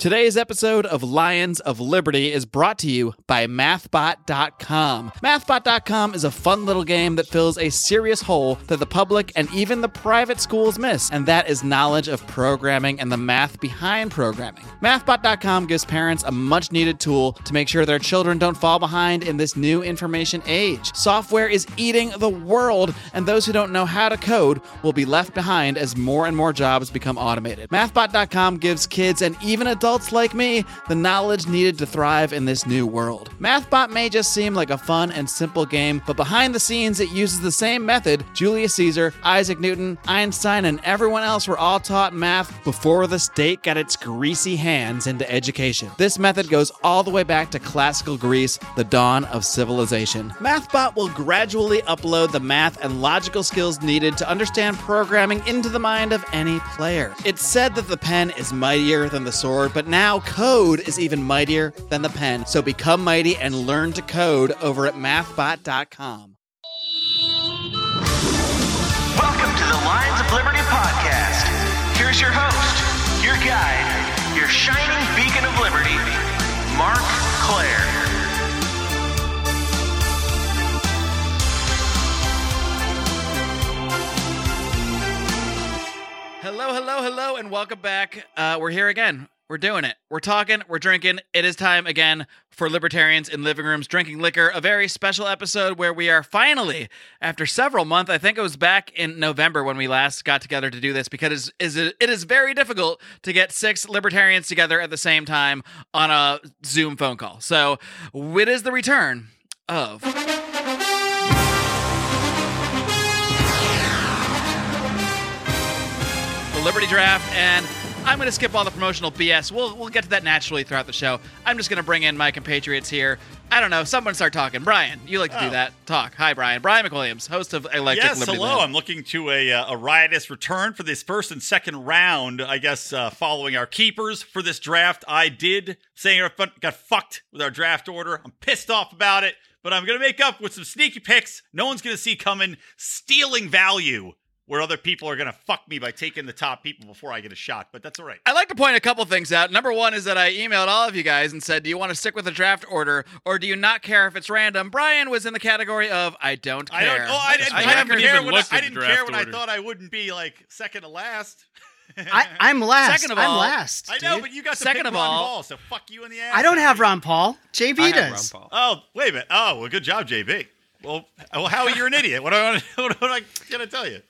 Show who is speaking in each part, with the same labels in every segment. Speaker 1: Today's episode of Lions of Liberty is brought to you by MathBot.com. MathBot.com is a fun little game that fills a serious hole that the public and even the private schools miss, and that is knowledge of programming and the math behind programming. MathBot.com gives parents a much needed tool to make sure their children don't fall behind in this new information age. Software is eating the world, and those who don't know how to code will be left behind as more and more jobs become automated. MathBot.com gives kids and even adults like me the knowledge needed to thrive in this new world. MathBot may just seem like a fun and simple game, but behind the scenes, it uses the same method Julius Caesar, Isaac Newton, Einstein, and everyone else were all taught math before the state got its greasy hands into education. This method goes all the way back to classical Greece, the dawn of civilization. MathBot will gradually upload the math and logical skills needed to understand programming into the mind of any player. It's said that the pen is mightier than the sword, but now code is even mightier than the pen. So become mighty and learn to code over at mathbot.com.
Speaker 2: Welcome to the Lions of Liberty podcast. Here's your host, your guide, your shining beacon of liberty, Mark Claire.
Speaker 1: Hello, hello, hello, and welcome back. Uh, we're here again. We're doing it. We're talking, we're drinking. It is time again for libertarians in living rooms drinking liquor, a very special episode where we are finally, after several months, I think it was back in November when we last got together to do this because it is, it is very difficult to get six libertarians together at the same time on a Zoom phone call. So it is the return of. the Liberty Draft, and I'm going to skip all the promotional BS. We'll we'll get to that naturally throughout the show. I'm just going to bring in my compatriots here. I don't know. Someone start talking. Brian, you like to do
Speaker 3: Oh.
Speaker 1: that. Talk. Hi, Brian. Brian McWilliams, host of Electric
Speaker 3: Yes,
Speaker 1: Liberty.
Speaker 3: hello.
Speaker 1: Land.
Speaker 3: I'm looking to a, uh, a riotous return for this first and second round. I guess uh, following our keepers for this draft, I did say I fu- got fucked with our draft order. I'm pissed off about it, but I'm gonna make up with some sneaky picks. No one's gonna see coming. Stealing value where other people are gonna fuck me by taking the top people before I get a shot. But that's all right.
Speaker 1: I'd like to point a couple things out. Number one is that I emailed all of you guys and said, Do you want to stick with the draft order or do you not care if it's random? Brian was in the category of I don't care.
Speaker 3: I don't. Oh, I didn't,
Speaker 1: I
Speaker 3: I
Speaker 1: haven't
Speaker 3: didn't
Speaker 4: even
Speaker 3: care when I,
Speaker 4: looked
Speaker 3: I
Speaker 4: at the
Speaker 3: didn't care
Speaker 4: draft
Speaker 3: when
Speaker 4: order.
Speaker 3: I thought I wouldn't be like second to last.
Speaker 5: I, I'm last.
Speaker 1: Second of
Speaker 5: I'm
Speaker 1: all-
Speaker 5: last.
Speaker 3: I know,
Speaker 5: dude.
Speaker 3: but you got to
Speaker 1: Second
Speaker 3: pick
Speaker 1: of
Speaker 3: Ron
Speaker 1: all-
Speaker 3: Paul, so fuck you in the ass.
Speaker 5: I don't have Ron Paul. JB
Speaker 4: I have
Speaker 5: does.
Speaker 4: Ron Paul.
Speaker 3: Oh, wait a minute. Oh, well, good job, JB. Well, well, Howie, you're an idiot. What am I, what am I gonna tell you?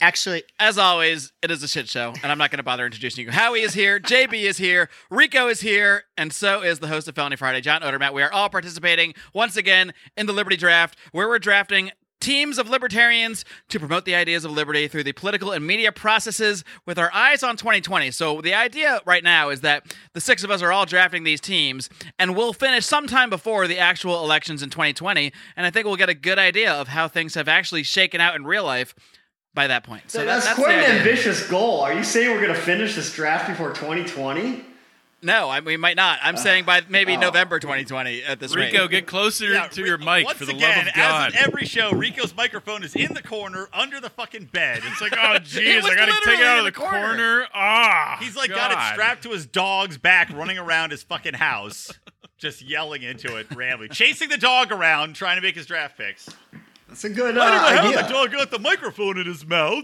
Speaker 5: Actually,
Speaker 1: As always, it is a shit show, and I'm not going to bother introducing you. Howie is here, JB is here, Rico is here, and so is the host of Felony Friday, John Odermatt. We are all participating once again in the Liberty Draft, where we're drafting teams of libertarians to promote the ideas of liberty through the political and media processes with our eyes on 2020. So the idea right now is that the six of us are all drafting these teams and we'll finish sometime before the actual elections in 2020 and I think we'll get a good idea of how things have actually shaken out in real life by that point. So
Speaker 6: that's,
Speaker 1: that- that's
Speaker 6: quite
Speaker 1: the
Speaker 6: an
Speaker 1: idea.
Speaker 6: ambitious goal. Are you saying we're going to finish this draft before 2020?
Speaker 1: No, I, we might not. I'm saying by maybe
Speaker 6: Oh.
Speaker 1: November 2020 at this rate.
Speaker 4: Rico, get closer
Speaker 3: Yeah,
Speaker 4: to
Speaker 3: Ri-
Speaker 4: your mic
Speaker 3: once
Speaker 4: for the
Speaker 3: again,
Speaker 4: love of
Speaker 3: As
Speaker 4: God.
Speaker 3: in every show, Rico's microphone is in the corner under the fucking bed. It's like,
Speaker 4: oh,
Speaker 3: oh,
Speaker 4: jeez,
Speaker 1: was
Speaker 4: I gotta take it
Speaker 1: literally
Speaker 4: out
Speaker 1: in
Speaker 4: of
Speaker 1: the
Speaker 4: the
Speaker 1: corner.
Speaker 4: corner. Ah,
Speaker 3: he's like
Speaker 4: God.
Speaker 3: got it strapped to his dog's back, running around his fucking house, just yelling into it, rambling, chasing the dog around, trying to make his draft picks.
Speaker 6: That's a good uh,
Speaker 3: I don't know
Speaker 6: idea.
Speaker 3: how the dog got the microphone in his mouth.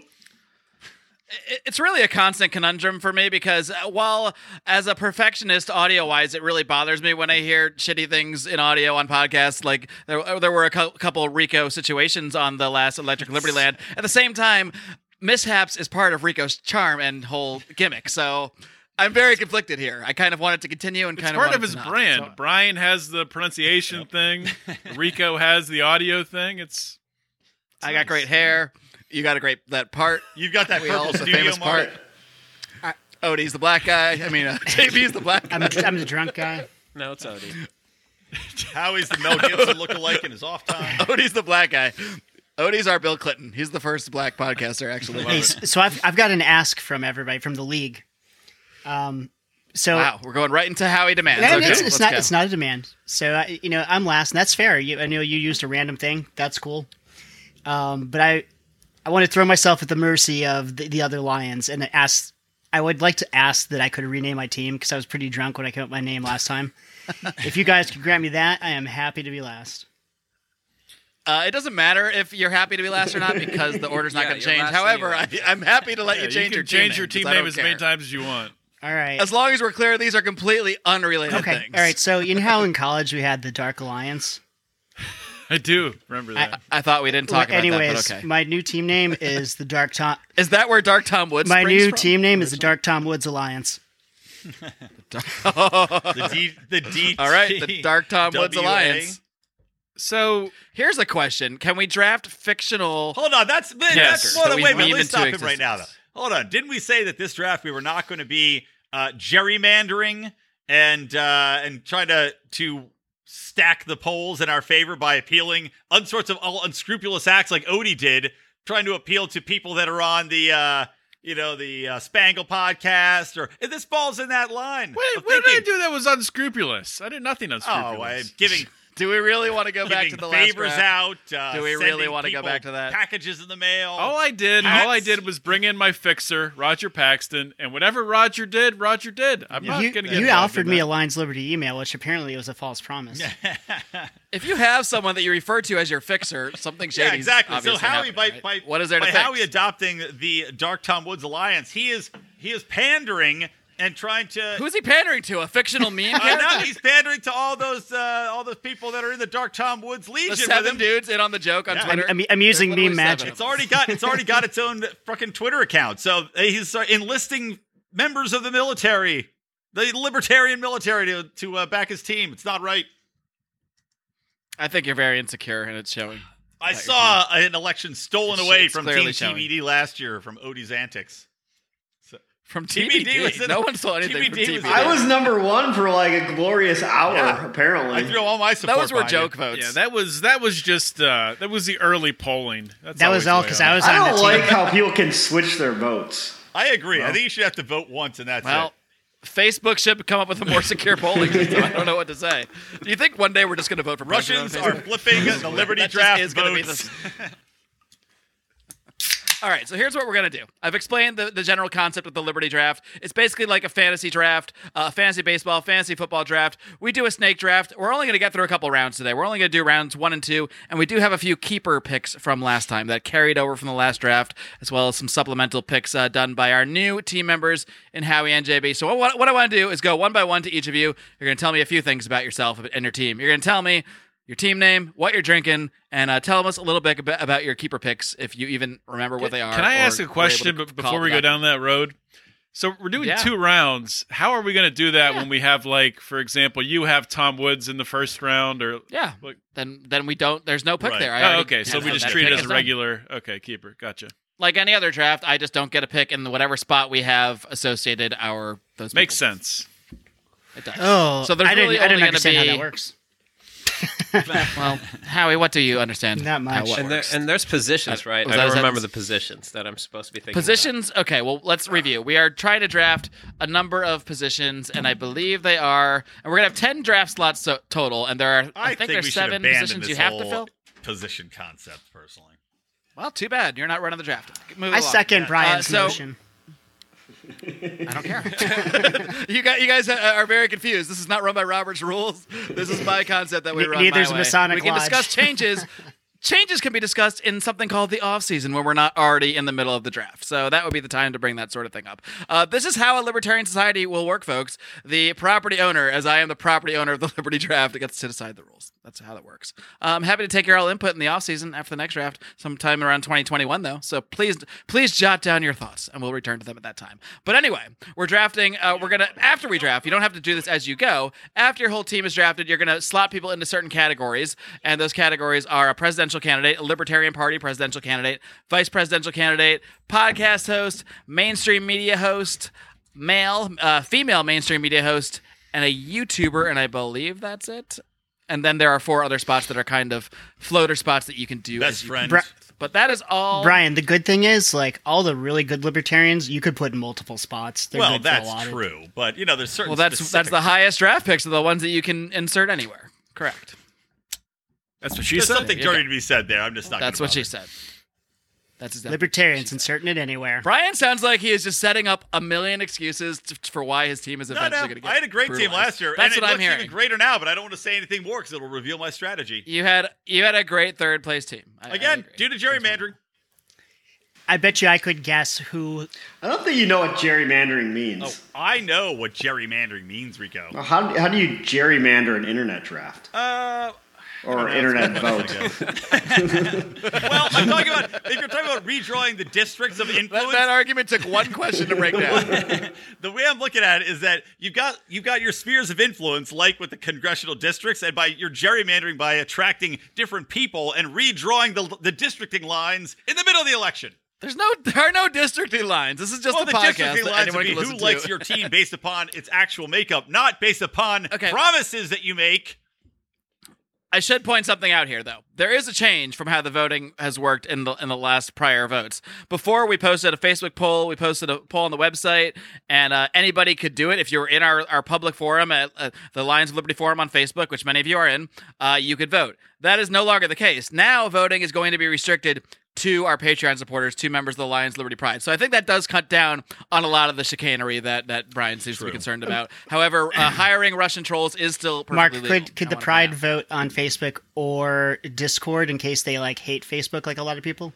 Speaker 1: It- It's really a constant conundrum for me because uh, while as a perfectionist audio wise, it really bothers me when I hear shitty things in audio on podcasts. Like there, there were a cou- couple Rico situations on the last Electric Liberty Land. At the same time, mishaps is part of Rico's charm and whole gimmick. So I'm very conflicted here. I kind of want it to continue and
Speaker 4: It's
Speaker 1: kind of
Speaker 4: part
Speaker 1: want
Speaker 4: of
Speaker 1: it
Speaker 4: his
Speaker 1: to not.
Speaker 4: brand. Brian has the pronunciation thing. Rico has the audio thing. It's
Speaker 1: I got great hair. You got a great that part.
Speaker 3: You've got that
Speaker 1: We all
Speaker 3: purple
Speaker 1: the
Speaker 3: studio
Speaker 1: famous
Speaker 3: mark.
Speaker 1: part. Odie's the black guy. I mean, uh, JB's the black guy.
Speaker 5: I'm, I'm the drunk guy.
Speaker 4: no, it's Odie.
Speaker 3: Howie's the Mel Gibson lookalike in his off time.
Speaker 1: Odie's the black guy. Odie's our Bill Clinton. He's the first black podcaster, actually.
Speaker 5: Hey, s- so I've, I've got an ask from everybody from the league. Um, so
Speaker 1: Wow, we're going right into Howie demands.
Speaker 5: And
Speaker 1: Okay,
Speaker 5: it's, it's
Speaker 1: let's
Speaker 5: not
Speaker 1: go.
Speaker 5: it's not a demand. So I, you know, I'm last, and that's fair. You, I know you used a random thing. That's cool. Um, but I I want to throw myself at the mercy of the, the other lions and ask I would like to ask that I could rename my team because I was pretty drunk when I came up with my name last time. if you guys could grant me that, I am happy to be last.
Speaker 1: Uh, it doesn't matter if you're happy to be last or not because the order's not
Speaker 7: Yeah,
Speaker 1: going to
Speaker 7: you're
Speaker 1: change.
Speaker 7: last
Speaker 1: However, I,
Speaker 7: anyway.
Speaker 1: I'm happy to let you
Speaker 4: Yeah,
Speaker 1: change
Speaker 4: you
Speaker 1: your
Speaker 4: can change your
Speaker 1: team
Speaker 4: team
Speaker 1: because I
Speaker 4: name
Speaker 1: don't
Speaker 4: as many
Speaker 1: care.
Speaker 4: times as you want.
Speaker 5: All right.
Speaker 1: As long as we're clear, these are completely unrelated
Speaker 5: okay.
Speaker 1: things.
Speaker 5: All right. So you know how in college we had the Dark Alliance.
Speaker 4: I do remember that.
Speaker 1: I, I thought we didn't talk about
Speaker 5: Well, anyways,
Speaker 1: that, but okay.
Speaker 5: my new team name is the Dark Tom.
Speaker 1: Is that where Dark Tom Woods?
Speaker 5: My
Speaker 1: springs
Speaker 5: new
Speaker 1: from?
Speaker 5: team name is the Dark Tom Woods Alliance.
Speaker 3: The D, the D.
Speaker 1: All right, the Dark Tom Woods Alliance.
Speaker 4: so
Speaker 1: Here's a question: Can we draft fictional?
Speaker 3: Hold on, that's man,
Speaker 4: Yes.
Speaker 3: that's
Speaker 4: So
Speaker 3: hold on,
Speaker 1: we
Speaker 3: wait a minute.
Speaker 1: weave
Speaker 3: Let's
Speaker 1: into
Speaker 3: stop him right now. Though.
Speaker 1: existence.
Speaker 3: Hold on, didn't we say that this draft we were not going to be uh, gerrymandering and uh, and trying to to stack the polls in our favor by appealing un sorts of all unscrupulous acts like Odie did, trying to appeal to people that are on the. Uh, you know the uh, Spangle podcast, or and this falls in that line.
Speaker 4: Wait,
Speaker 3: of
Speaker 4: what did I
Speaker 3: thinking,
Speaker 4: do that was unscrupulous? I did nothing unscrupulous.
Speaker 3: Oh, I'm giving
Speaker 1: Do we really want to go back to
Speaker 3: giving
Speaker 1: the last
Speaker 3: favors
Speaker 1: draft?
Speaker 3: out. Uh,
Speaker 1: Do we really
Speaker 3: sending
Speaker 1: wanna go
Speaker 3: people
Speaker 1: back to that?
Speaker 3: Packages in the mail.
Speaker 4: all I did, all I did was bring in my fixer, Roger Paxton, and whatever Roger did, Roger did. I'm not
Speaker 5: you
Speaker 4: going to get
Speaker 5: you
Speaker 4: involved
Speaker 5: offered
Speaker 4: in
Speaker 5: me
Speaker 4: that.
Speaker 5: a Lions Liberty email, which apparently was a false promise.
Speaker 1: If you have someone that you refer to as your fixer, something shady.
Speaker 3: yeah, exactly. So Howie, by,
Speaker 1: right?
Speaker 3: by
Speaker 1: what is there
Speaker 3: by
Speaker 1: to fix?
Speaker 3: Howie adopting the Dark Tom Woods alliance, he is he is pandering and trying to.
Speaker 1: Who's he pandering to? A fictional meme
Speaker 3: uh,
Speaker 1: character?
Speaker 3: now he's pandering to all those uh, all those people that are in the Dark Tom Woods
Speaker 1: The
Speaker 3: Legion. with
Speaker 1: seven
Speaker 3: him.
Speaker 1: dudes in on the joke on
Speaker 3: Yeah.
Speaker 1: Twitter.
Speaker 5: I'm, I'm using
Speaker 1: There's literally
Speaker 5: meme
Speaker 1: seven
Speaker 5: magic.
Speaker 1: of
Speaker 3: It's already got it's already got its own fucking Twitter account. So uh, he's enlisting members of the military, the libertarian military, to to uh, back his team. It's not right.
Speaker 1: I think you're very insecure, and it's showing.
Speaker 3: I
Speaker 1: Right,
Speaker 3: saw an election stolen
Speaker 1: It's-
Speaker 3: away
Speaker 1: it's
Speaker 3: from Team
Speaker 1: clearly showing.
Speaker 3: TBD last year from Odie's antics.
Speaker 1: From
Speaker 3: TBD
Speaker 1: TBD,
Speaker 3: was in-
Speaker 1: no one saw anything
Speaker 3: TBD was
Speaker 1: from
Speaker 3: in-
Speaker 1: TBD.
Speaker 6: I was number one for like a glorious hour,
Speaker 3: Yeah.
Speaker 6: apparently.
Speaker 3: I threw all my support.
Speaker 1: Those were
Speaker 3: behind
Speaker 1: joke
Speaker 3: it.
Speaker 1: votes.
Speaker 4: Yeah, that was that was just uh, that was the early polling. That's
Speaker 5: That was
Speaker 4: always the way
Speaker 5: all because
Speaker 4: it
Speaker 5: I
Speaker 4: is.
Speaker 5: was
Speaker 6: I
Speaker 5: on the
Speaker 6: don't
Speaker 5: team.
Speaker 6: like how people can switch their votes.
Speaker 3: I agree. I think you should have to vote once, and that's
Speaker 1: well,
Speaker 3: it.
Speaker 1: Facebook should come up with a more secure polling system. I don't know what to say. Do you think one day we're just going to vote for president
Speaker 3: Russians
Speaker 1: on
Speaker 3: are
Speaker 1: Facebook?
Speaker 3: flipping the Liberty
Speaker 1: That just
Speaker 3: draft
Speaker 1: is gonna be
Speaker 3: votes.
Speaker 1: All right, so here's what we're gonna do. I've explained the, the general concept of the Liberty Draft. It's basically like a fantasy draft, a fantasy baseball, fantasy football draft. We do a snake draft. We're only gonna get through a couple rounds today. We're only gonna do rounds one and two, and we do have a few keeper picks from last time that carried over from the last draft, as well as some supplemental picks uh, done by our new team members in Howie and JB. So what, what I want to do is go one by one to each of you. You're gonna tell me a few things about yourself and your team. You're gonna tell me your team name, what you're drinking, and uh, tell us a little bit about, about your keeper picks if you even remember what they are.
Speaker 4: Can I
Speaker 1: or
Speaker 4: ask
Speaker 1: were
Speaker 4: a
Speaker 1: able
Speaker 4: question
Speaker 1: to
Speaker 4: b-
Speaker 1: call
Speaker 4: before we
Speaker 1: them
Speaker 4: go
Speaker 1: out.
Speaker 4: down that road? So we're doing
Speaker 1: Yeah.
Speaker 4: two rounds. How are we going to do that when we have like, for example, you have Tom Woods in the first round, or
Speaker 1: Yeah.
Speaker 4: Like-
Speaker 1: Then then we don't. There's no pick
Speaker 3: Right.
Speaker 1: there. I
Speaker 4: oh,
Speaker 1: already-
Speaker 4: okay, so
Speaker 1: yeah,
Speaker 4: we just
Speaker 1: that
Speaker 4: treat it
Speaker 1: pick
Speaker 4: as
Speaker 1: is
Speaker 4: a
Speaker 1: done.
Speaker 4: regular. Okay, keeper, gotcha.
Speaker 1: Like any other draft, I just don't get a pick in whatever spot we have associated our those.
Speaker 4: Makes
Speaker 1: people.
Speaker 4: sense.
Speaker 1: It does.
Speaker 5: Oh,
Speaker 1: so there's
Speaker 5: I didn't,
Speaker 1: really
Speaker 5: I
Speaker 1: only
Speaker 5: didn't
Speaker 1: gonna
Speaker 5: understand
Speaker 1: be,
Speaker 5: how that works.
Speaker 1: Well, Howie, what do you understand?
Speaker 5: Not much.
Speaker 1: how what
Speaker 5: And
Speaker 7: And, there,
Speaker 1: works?
Speaker 7: and there's positions,
Speaker 1: Uh,
Speaker 7: right?
Speaker 1: was
Speaker 7: I
Speaker 1: that- was
Speaker 7: don't
Speaker 1: that-
Speaker 7: remember the positions that I'm supposed to be thinking. about.
Speaker 1: Positions. Okay, well, let's review. We are trying to draft a number of positions, and I believe they are. And we're gonna have ten draft slots so, total, and there are. I, think,
Speaker 3: we
Speaker 1: there's
Speaker 3: should
Speaker 1: seven
Speaker 3: abandon
Speaker 1: positions
Speaker 3: this
Speaker 1: you have to
Speaker 3: whole
Speaker 1: fill.
Speaker 3: Position concept, personally.
Speaker 1: Well, too bad you're not running the draft. Move
Speaker 5: I
Speaker 1: along.
Speaker 5: second Brian's
Speaker 1: Uh, so-
Speaker 5: motion.
Speaker 1: I don't care. you guys, you guys uh, are very confused. This is not run by Robert's rules. This is my concept that we
Speaker 5: Ne-
Speaker 1: run.
Speaker 5: neither's
Speaker 1: my way.
Speaker 5: Masonic
Speaker 1: We can
Speaker 5: Lodge.
Speaker 1: discuss changes. Changes can be discussed in something called the off season when we're not already in the middle of the draft. So that would be the time to bring that sort of thing up. Uh, this is how a libertarian society will work, folks. The property owner, as I am the property owner of the Liberty Draft, gets to decide the rules. That's how that works. I'm happy to take your all input in the off season after the next draft, sometime around 2021, though. So please, please jot down your thoughts, and we'll return to them at that time. But anyway, we're drafting. Uh, we're gonna after we draft. You don't have to do this as you go. After your whole team is drafted, you're gonna slot people into certain categories, and those categories are a presidential candidate, a Libertarian Party presidential candidate, vice presidential candidate, podcast host, mainstream media host, male, uh, female mainstream media host, and a YouTuber. And I believe that's it. And then there are four other spots that are kind of floater spots that you can do. as
Speaker 3: Best
Speaker 1: you-
Speaker 3: friend.
Speaker 5: Bra-
Speaker 1: But that is all.
Speaker 5: Brian, the good thing is, like all the really good libertarians, you could put in multiple spots. They're
Speaker 3: well,
Speaker 5: good for a
Speaker 3: that's
Speaker 5: lot of-
Speaker 3: true, but you know, there's certain.
Speaker 1: Well, that's that's
Speaker 3: specific-
Speaker 1: the highest draft picks are the ones that you can insert anywhere. Correct.
Speaker 4: That's what she
Speaker 3: There's
Speaker 4: said.
Speaker 3: something dirty to be said there. I'm just not.
Speaker 1: That's
Speaker 3: gonna
Speaker 1: what she
Speaker 3: bother.
Speaker 1: said. That's exactly.
Speaker 5: Libertarians inserting it anywhere.
Speaker 1: Brian sounds like he is just setting up a million excuses t- for why his team is
Speaker 3: No,
Speaker 1: eventually
Speaker 3: no.
Speaker 1: going to get.
Speaker 3: I had a great team
Speaker 1: brutalized.
Speaker 3: last year.
Speaker 1: That's
Speaker 3: and
Speaker 1: what
Speaker 3: it
Speaker 1: I'm
Speaker 3: looks
Speaker 1: hearing.
Speaker 3: Even greater now, but I don't want to say anything more because it'll reveal my strategy.
Speaker 1: You had you had a great third place team. I- I
Speaker 3: Again,
Speaker 1: agree.
Speaker 3: due to gerrymandering.
Speaker 5: I bet you I could guess who.
Speaker 6: I don't think you know what gerrymandering means.
Speaker 3: Oh, I know what gerrymandering means, Rico.
Speaker 1: Oh.
Speaker 6: Well, How, how do you gerrymander an internet draft
Speaker 3: Uh,
Speaker 6: or internet vote?
Speaker 3: well, I'm talking about if you're talking about redrawing the districts of
Speaker 1: That,
Speaker 3: influence.
Speaker 1: that argument took one question to break down.
Speaker 3: the way I'm looking at it is that you've got you've got your spheres of influence, like with the congressional districts, and by your gerrymandering by attracting different people and redrawing the the districting lines in the middle of the election.
Speaker 1: There's no there are no districting lines. This is just
Speaker 3: well,
Speaker 1: a
Speaker 3: the
Speaker 1: podcast
Speaker 3: districting
Speaker 1: that
Speaker 3: lines
Speaker 1: anyone
Speaker 3: would be
Speaker 1: can listen
Speaker 3: who likes
Speaker 1: to.
Speaker 3: your team based upon its actual makeup, not based upon
Speaker 1: Okay.
Speaker 3: promises that you make.
Speaker 1: I should point something out here, though. There is a change from how the voting has worked in the in the last prior votes. Before, we posted a Facebook poll, we posted a poll on the website, and uh, anybody could do it. If you were in our, our public forum at uh, the Lions of Liberty forum on Facebook, which many of you are in, uh, you could vote. That is no longer the case. Now, voting is going to be restricted to our Patreon supporters, to members of the Lions Liberty Pride. So I think that does cut down on a lot of the chicanery that that Brian seems to be concerned about. However, uh, hiring Russian trolls is still perfectly
Speaker 5: Mark,
Speaker 1: legal.
Speaker 5: could
Speaker 1: I
Speaker 5: could
Speaker 1: wanna
Speaker 5: the
Speaker 1: point
Speaker 5: Pride
Speaker 1: out.
Speaker 5: vote on Facebook or Discord in case they like hate Facebook like a lot of people?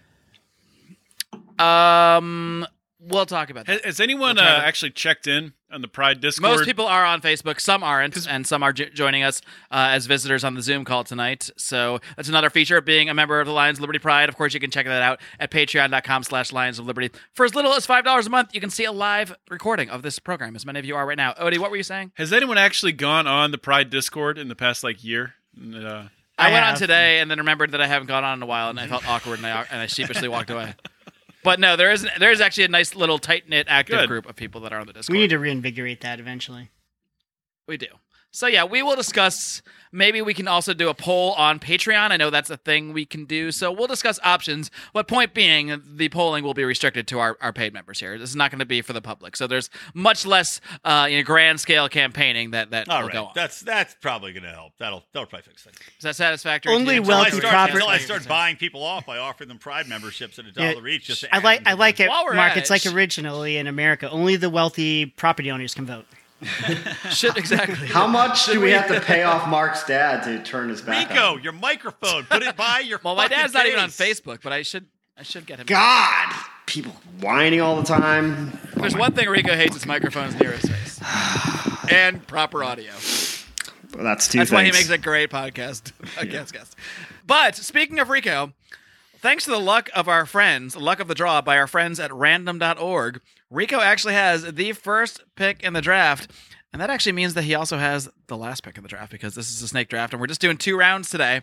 Speaker 1: Um, we'll talk about
Speaker 4: Has,
Speaker 1: that.
Speaker 4: has anyone uh, actually checked in on the Pride Discord?
Speaker 1: Most people are on Facebook. Some aren't, and some are jo- joining us uh, as visitors on the Zoom call tonight. So that's another feature of being a member of the Lions of Liberty Pride. Of course, you can check that out at patreon.com slash Lions of Liberty. For as little as $5 a month, you can see a live recording of this program, as many of you are right now. Odie, what were you saying?
Speaker 4: Has anyone actually gone on the Pride Discord in the past like year? And, uh,
Speaker 1: I,
Speaker 5: I
Speaker 1: went on
Speaker 5: have.
Speaker 1: today and then remembered that I haven't gone on in a while, and I felt awkward, and I, and I sheepishly walked away. But no, there is there is actually a nice little tight knit active
Speaker 4: Good.
Speaker 1: group of people that are on the Discord.
Speaker 5: We need to reinvigorate that eventually.
Speaker 1: We do. So yeah, we will discuss. Maybe we can also do a poll on Patreon. I know that's a thing we can do. So we'll discuss options. But point being, the polling will be restricted to our, our paid members here. This is not going to be for the public. So there's much less uh, you know, grand scale campaigning that that
Speaker 3: All
Speaker 1: will
Speaker 3: right,
Speaker 1: go on.
Speaker 3: that's that's probably going to help. That'll that'll probably fix things.
Speaker 1: is that satisfactory?
Speaker 5: Only
Speaker 1: to you?
Speaker 5: Well,
Speaker 3: Until I
Speaker 5: to
Speaker 3: start,
Speaker 5: proper-
Speaker 3: until I start buying people off by offering them Pride memberships at a dollar each. Just to
Speaker 5: I
Speaker 3: add
Speaker 5: like
Speaker 3: them to
Speaker 5: I like
Speaker 3: the-
Speaker 5: it,
Speaker 1: While we're
Speaker 5: Mark.
Speaker 1: at
Speaker 5: It's
Speaker 1: it,
Speaker 5: like
Speaker 1: sh-
Speaker 5: originally in America, only the wealthy property owners can vote.
Speaker 1: Shit, exactly.
Speaker 6: How much do we have to pay off Mark's dad to turn his back?
Speaker 3: Rico,
Speaker 6: on?
Speaker 3: your microphone. Put it by your.
Speaker 1: well, my
Speaker 3: fucking
Speaker 1: dad's not even on
Speaker 3: face.
Speaker 1: Facebook, but I should I should get him.
Speaker 6: God, people whining all the time.
Speaker 1: If There's one thing Rico hates: it's microphones near his face and proper audio.
Speaker 6: Well, that's two
Speaker 1: That's
Speaker 6: things.
Speaker 1: why he makes a great podcast. podcast guest. But speaking of Rico, thanks to the luck of our friends, luck of the draw by our friends at random.org, Rico actually has the first pick in the draft. And that actually means that he also has the last pick in the draft because this is a snake draft and we're just doing two rounds today.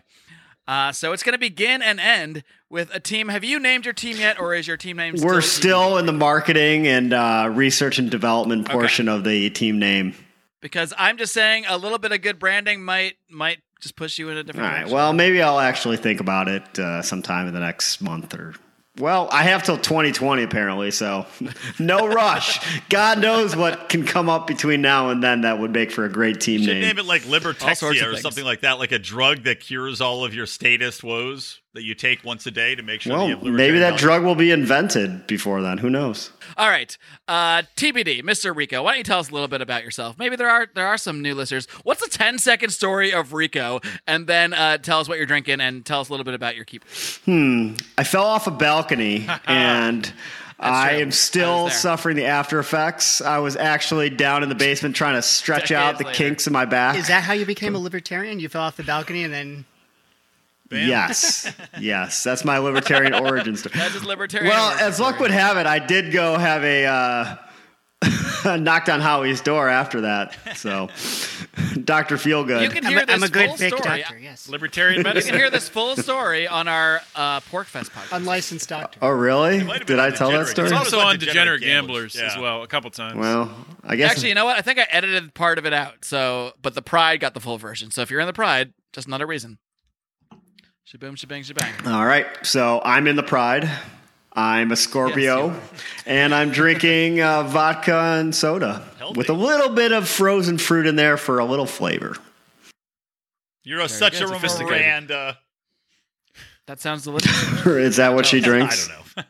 Speaker 1: Uh, so it's going to begin and end with a team. Have you named your team yet, or is your team name?
Speaker 6: We're
Speaker 1: Team Rico?
Speaker 6: still in the marketing and uh, research and development portion of the team name.
Speaker 1: because I'm just saying a little bit of good branding might might just push you in a
Speaker 6: All
Speaker 1: different.
Speaker 6: right.
Speaker 1: direction.
Speaker 6: Well, maybe I'll actually think about it uh, sometime in the next month or. Well, I have till 2020 apparently, so no rush. God knows what can come up between now and then that would make for a great team
Speaker 3: Should
Speaker 6: name.
Speaker 3: name it like
Speaker 1: sorts of
Speaker 3: Libertexia or
Speaker 1: things.
Speaker 3: something like that, like a drug that cures all of your status woes that you take once a day to make sure. that you
Speaker 6: well,
Speaker 3: have
Speaker 6: maybe
Speaker 3: libertarian
Speaker 6: that
Speaker 3: values.
Speaker 6: drug will be invented before then. Who knows?
Speaker 1: All right, uh, TBD, Mr. Rico. Why don't you tell us a little bit about yourself? Maybe there are there are some new listeners. What's a 10 second story of Rico, and then uh, tell us what you're drinking and tell us a little bit about your keeper.
Speaker 6: I fell off a balcony and I
Speaker 1: true. I
Speaker 6: am still
Speaker 1: was there.
Speaker 6: suffering the after effects. I was actually down in the basement trying to stretch
Speaker 1: Decades
Speaker 6: out the
Speaker 1: later.
Speaker 6: kinks in my back.
Speaker 5: Is that how you became a libertarian? You fell off the balcony and then
Speaker 6: Yes. yes. That's my libertarian origin story.
Speaker 1: That's his libertarian.
Speaker 6: Well,
Speaker 1: origin
Speaker 6: as luck
Speaker 1: story.
Speaker 6: would have it, I did go have a uh, knocked on Howie's door after that. So, Dr. Feelgood.
Speaker 1: you can
Speaker 5: I'm,
Speaker 1: hear
Speaker 5: a-
Speaker 1: this
Speaker 5: I'm a good
Speaker 1: full
Speaker 5: fake
Speaker 1: story.
Speaker 5: doctor. Yes,
Speaker 4: libertarian
Speaker 1: You can
Speaker 4: medicine.
Speaker 1: hear this full story on our uh, Porkfest
Speaker 5: Um,
Speaker 1: podcast.
Speaker 5: unlicensed doctor.
Speaker 6: oh, really?
Speaker 3: might have
Speaker 6: Did
Speaker 3: been
Speaker 6: I
Speaker 3: on
Speaker 6: tell that
Speaker 3: Degenerate.
Speaker 6: story?
Speaker 4: It's
Speaker 3: It's
Speaker 4: also
Speaker 3: like
Speaker 4: on
Speaker 3: Degenerate
Speaker 4: Degenerate Gamblers,
Speaker 3: Gamblers,
Speaker 4: as
Speaker 3: yeah.
Speaker 4: well, a couple times.
Speaker 6: Well, I guess
Speaker 1: Actually, you know what? I think I edited part of it out. So, but the Pride got the full version. So if you're in the Pride, just another reason. Shaboom, shabang, shabang.
Speaker 6: All right. So I'm in the Pride. I'm a Scorpio, and I'm drinking uh, vodka and soda
Speaker 3: Healthy.
Speaker 6: with a little bit of frozen fruit in there for a little flavor.
Speaker 3: You're a, such
Speaker 1: good.
Speaker 3: a
Speaker 1: Sophisticated.
Speaker 3: Miranda.
Speaker 1: That sounds delicious.
Speaker 6: Is that what she
Speaker 3: Oh, I
Speaker 6: drinks?
Speaker 3: don't know.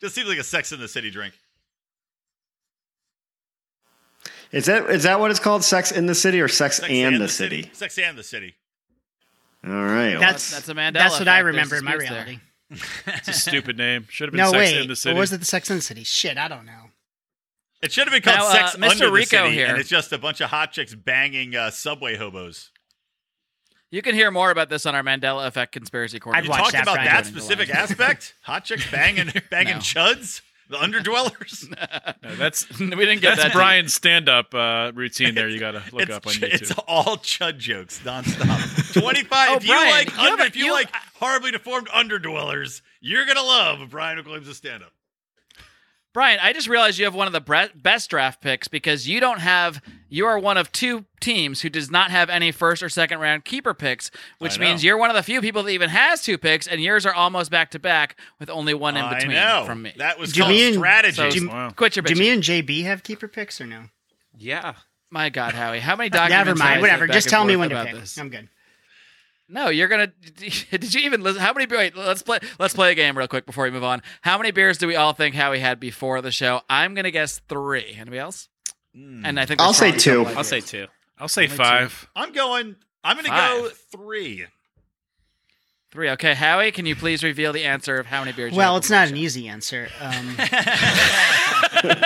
Speaker 3: Just seems like a Sex in the City drink.
Speaker 6: Is that is that what it's called? Sex in the City or Sex,
Speaker 3: Sex
Speaker 6: and, the city?
Speaker 3: Sex and the City.
Speaker 6: All right. well,
Speaker 5: That's
Speaker 1: that's a Mandela
Speaker 5: That's
Speaker 1: effect.
Speaker 5: what I
Speaker 1: There's
Speaker 5: remember in my
Speaker 1: disputes there.
Speaker 5: reality.
Speaker 4: It's a stupid name. Should have been
Speaker 5: No,
Speaker 4: Sex
Speaker 5: wait.
Speaker 4: in the City.
Speaker 5: Or was it the Sex in the City? Shit, I don't know.
Speaker 3: It should have been called
Speaker 7: Now, uh,
Speaker 3: Sex
Speaker 7: Mr.
Speaker 3: Under
Speaker 7: Rico
Speaker 3: the City,
Speaker 7: here.
Speaker 3: and it's just a bunch of hot chicks banging uh, subway hobos.
Speaker 1: You can hear more about this on our Mandela Effect Conspiracy Corner.
Speaker 5: I'd
Speaker 3: You
Speaker 5: watch
Speaker 3: talked
Speaker 5: that
Speaker 3: about
Speaker 5: Friday.
Speaker 3: that specific aspect? Hot chicks banging banging
Speaker 1: No.
Speaker 3: chuds? The underdwellers?
Speaker 4: No, Uh, that's
Speaker 1: we didn't get that.
Speaker 4: that's Brian's stand-up uh, routine. There, you gotta look
Speaker 3: it's,
Speaker 4: up on
Speaker 3: ch-
Speaker 4: YouTube.
Speaker 3: it's all chud jokes nonstop. 25.
Speaker 1: Oh,
Speaker 3: if you
Speaker 1: Brian,
Speaker 3: like
Speaker 1: you
Speaker 3: under,
Speaker 1: have a-
Speaker 3: if you,
Speaker 1: you-
Speaker 3: like horribly deformed underdwellers, you're going to love Brian McWilliams' stand up.
Speaker 1: Brian, I just realized you have one of the bre- best draft picks because you don't have. You are one of two teams who does not have any first or second round keeper picks, which
Speaker 3: I know.
Speaker 1: means you're one of the few people that even has two picks, and yours are almost back to back with only one in
Speaker 3: I
Speaker 1: between
Speaker 3: know.
Speaker 1: from me.
Speaker 3: That was
Speaker 5: Do you
Speaker 3: called
Speaker 5: mean-
Speaker 3: strategy.
Speaker 5: so- do you-
Speaker 4: wow.
Speaker 1: Quit your
Speaker 5: Do me
Speaker 1: bitch.
Speaker 5: and JB have keeper picks or no?
Speaker 7: Yeah.
Speaker 1: My God, Howie, how many documents?
Speaker 5: Never
Speaker 1: have I
Speaker 5: mind.
Speaker 1: sent
Speaker 5: Whatever.
Speaker 1: back
Speaker 5: Just
Speaker 1: and
Speaker 5: tell me
Speaker 1: forth
Speaker 5: when to
Speaker 1: about
Speaker 5: pick.
Speaker 1: this?
Speaker 5: I'm good.
Speaker 1: No, you're gonna. Did you even listen? How many? Wait, let's play. Let's play a game real quick before we move on. How many beers do we all think Howie had before the show? I'm gonna guess three. Anybody else? And I think
Speaker 6: I'll
Speaker 1: there's
Speaker 6: say
Speaker 1: probably
Speaker 6: two.
Speaker 1: double
Speaker 7: I'll
Speaker 1: ideas.
Speaker 7: say two.
Speaker 4: I'll say five.
Speaker 3: I'm going. I'm going to
Speaker 1: Five.
Speaker 3: go three.
Speaker 1: three. Okay, Howie, can you please reveal the answer of how many beers? you
Speaker 5: Well,
Speaker 1: had
Speaker 5: it's
Speaker 1: before
Speaker 5: not
Speaker 1: the
Speaker 5: an
Speaker 1: show?
Speaker 5: easy answer. Um,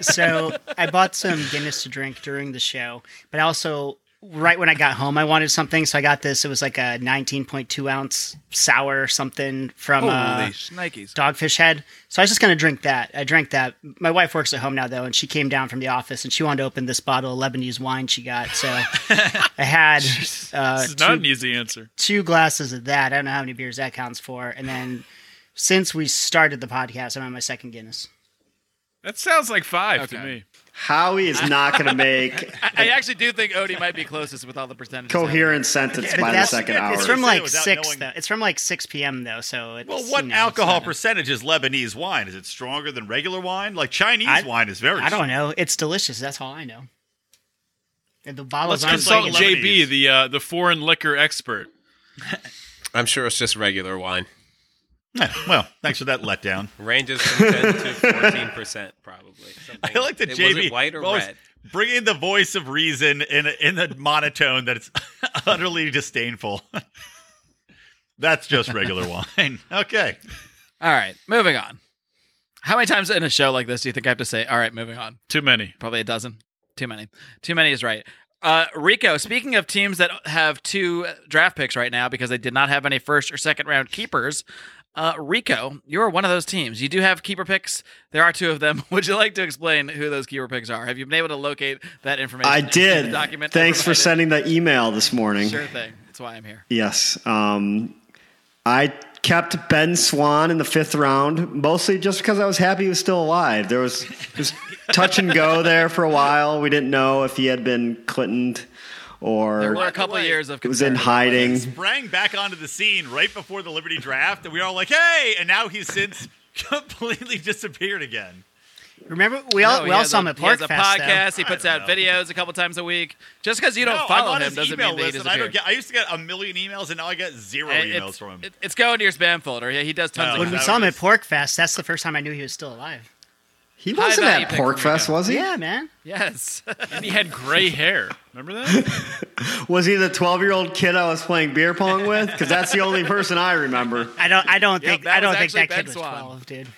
Speaker 5: so I bought some Guinness to drink during the show, but I also right when I got home, I wanted something, so I got this. It was like a 19.2 ounce sour something from uh,
Speaker 4: Holy shnikes.
Speaker 5: Dogfish Head. So I was just gonna drink that. I drank that. My wife works at home now though, and she came down from the office and she wanted to open this bottle of Lebanese wine she got. So I had uh,
Speaker 4: This is not an easy answer.
Speaker 5: two glasses of that. I don't know how many beers that counts for. And then since we started the podcast, I'm on my second Guinness.
Speaker 4: That sounds like five to
Speaker 1: Okay.
Speaker 4: me.
Speaker 6: Howie is not going to make
Speaker 1: I, I actually do think Odie might be closest with all the percentages.
Speaker 6: coherent sentence by the
Speaker 5: That's-
Speaker 6: second hour.
Speaker 5: It's
Speaker 3: You
Speaker 5: from
Speaker 3: said it
Speaker 5: like
Speaker 3: without
Speaker 5: six
Speaker 3: knowing-
Speaker 5: though. It's from like six p.m. though, so it's
Speaker 3: Well, what
Speaker 5: you know, it's
Speaker 3: alcohol
Speaker 5: not-
Speaker 3: percentage is Lebanese wine? Is it stronger than regular wine? Like Chinese
Speaker 5: I-
Speaker 3: wine is very.
Speaker 5: I don't know. It's delicious. That's all I know. And the bottles
Speaker 4: Let's
Speaker 5: aren't
Speaker 4: consult
Speaker 5: like-
Speaker 3: like Lebanese.
Speaker 4: JB, the uh, the foreign liquor expert.
Speaker 7: I'm sure it's just regular wine.
Speaker 3: Yeah, well, thanks for that letdown.
Speaker 7: Ranges from 10 to 14 percent, probably. Something
Speaker 3: I like that
Speaker 7: it
Speaker 3: JB
Speaker 7: wasn't white or
Speaker 3: always
Speaker 7: red.
Speaker 3: Bringing the voice of reason in in the monotone that it's utterly disdainful. That's just regular wine. Okay.
Speaker 1: All right, moving on. How many times in a show like this do you think I have to say? All right, moving on.
Speaker 4: Too many.
Speaker 1: Probably a dozen. Too many. Too many is right. Uh, Rico, speaking of teams that have two draft picks right now because they did not have any first or second round keepers, uh, Rico, you're one of those teams. You do have keeper picks. There are two of them. Would you like to explain who those keeper picks are? Have you been able to locate that information?
Speaker 6: I
Speaker 1: in the
Speaker 6: did.
Speaker 1: document I
Speaker 6: Thanks for
Speaker 1: provided?
Speaker 6: sending the email this morning.
Speaker 1: Sure thing. That's why I'm here.
Speaker 6: Yes. Um, I kept Ben Swan in the fifth round, mostly just because I was happy he was still alive. There was just touch and go there for a while. We didn't know if he had been Clintoned
Speaker 1: There were
Speaker 6: or
Speaker 1: a couple of years of
Speaker 6: it was in
Speaker 1: concern.
Speaker 6: hiding.
Speaker 3: Sprang back onto the scene right before the Liberty draft, and we were all like, hey! And now he's since completely disappeared again.
Speaker 5: Remember, we all
Speaker 1: No,
Speaker 5: we
Speaker 1: he
Speaker 5: all
Speaker 1: has
Speaker 5: saw
Speaker 1: a-
Speaker 5: him at
Speaker 1: He has
Speaker 5: Park
Speaker 1: a
Speaker 5: Fest, though.
Speaker 1: podcast. He puts out videos a couple times a week. Just because you don't
Speaker 3: No,
Speaker 1: follow
Speaker 3: I'm on
Speaker 1: him
Speaker 3: his
Speaker 1: doesn't
Speaker 3: email
Speaker 1: mean that he
Speaker 3: list, and I
Speaker 1: disappeared.
Speaker 3: don't get I used to get a million emails and now I get zero
Speaker 1: It-
Speaker 3: emails
Speaker 1: it's,
Speaker 3: from him.
Speaker 1: it- it's going to your spam folder. Yeah, he does tons
Speaker 3: No,
Speaker 1: of
Speaker 5: When we
Speaker 3: That
Speaker 5: saw him
Speaker 3: was-
Speaker 5: at Pork Fest, that's the first time I knew he was still alive.
Speaker 6: He wasn't
Speaker 1: value
Speaker 6: at
Speaker 1: pick for
Speaker 6: Porkfest,
Speaker 1: Rico.
Speaker 6: was he?
Speaker 5: Yeah, man.
Speaker 1: Yes.
Speaker 4: And he had gray hair. Remember that?
Speaker 6: Was he the 12 year old kid I was playing beer pong with? Because that's the only person I remember.
Speaker 5: I don't. I don't
Speaker 1: Yeah,
Speaker 5: think.
Speaker 1: that
Speaker 5: I don't
Speaker 1: was
Speaker 5: think
Speaker 1: actually
Speaker 5: that
Speaker 1: Ben
Speaker 5: kid was
Speaker 1: Swan.
Speaker 5: twelve, dude.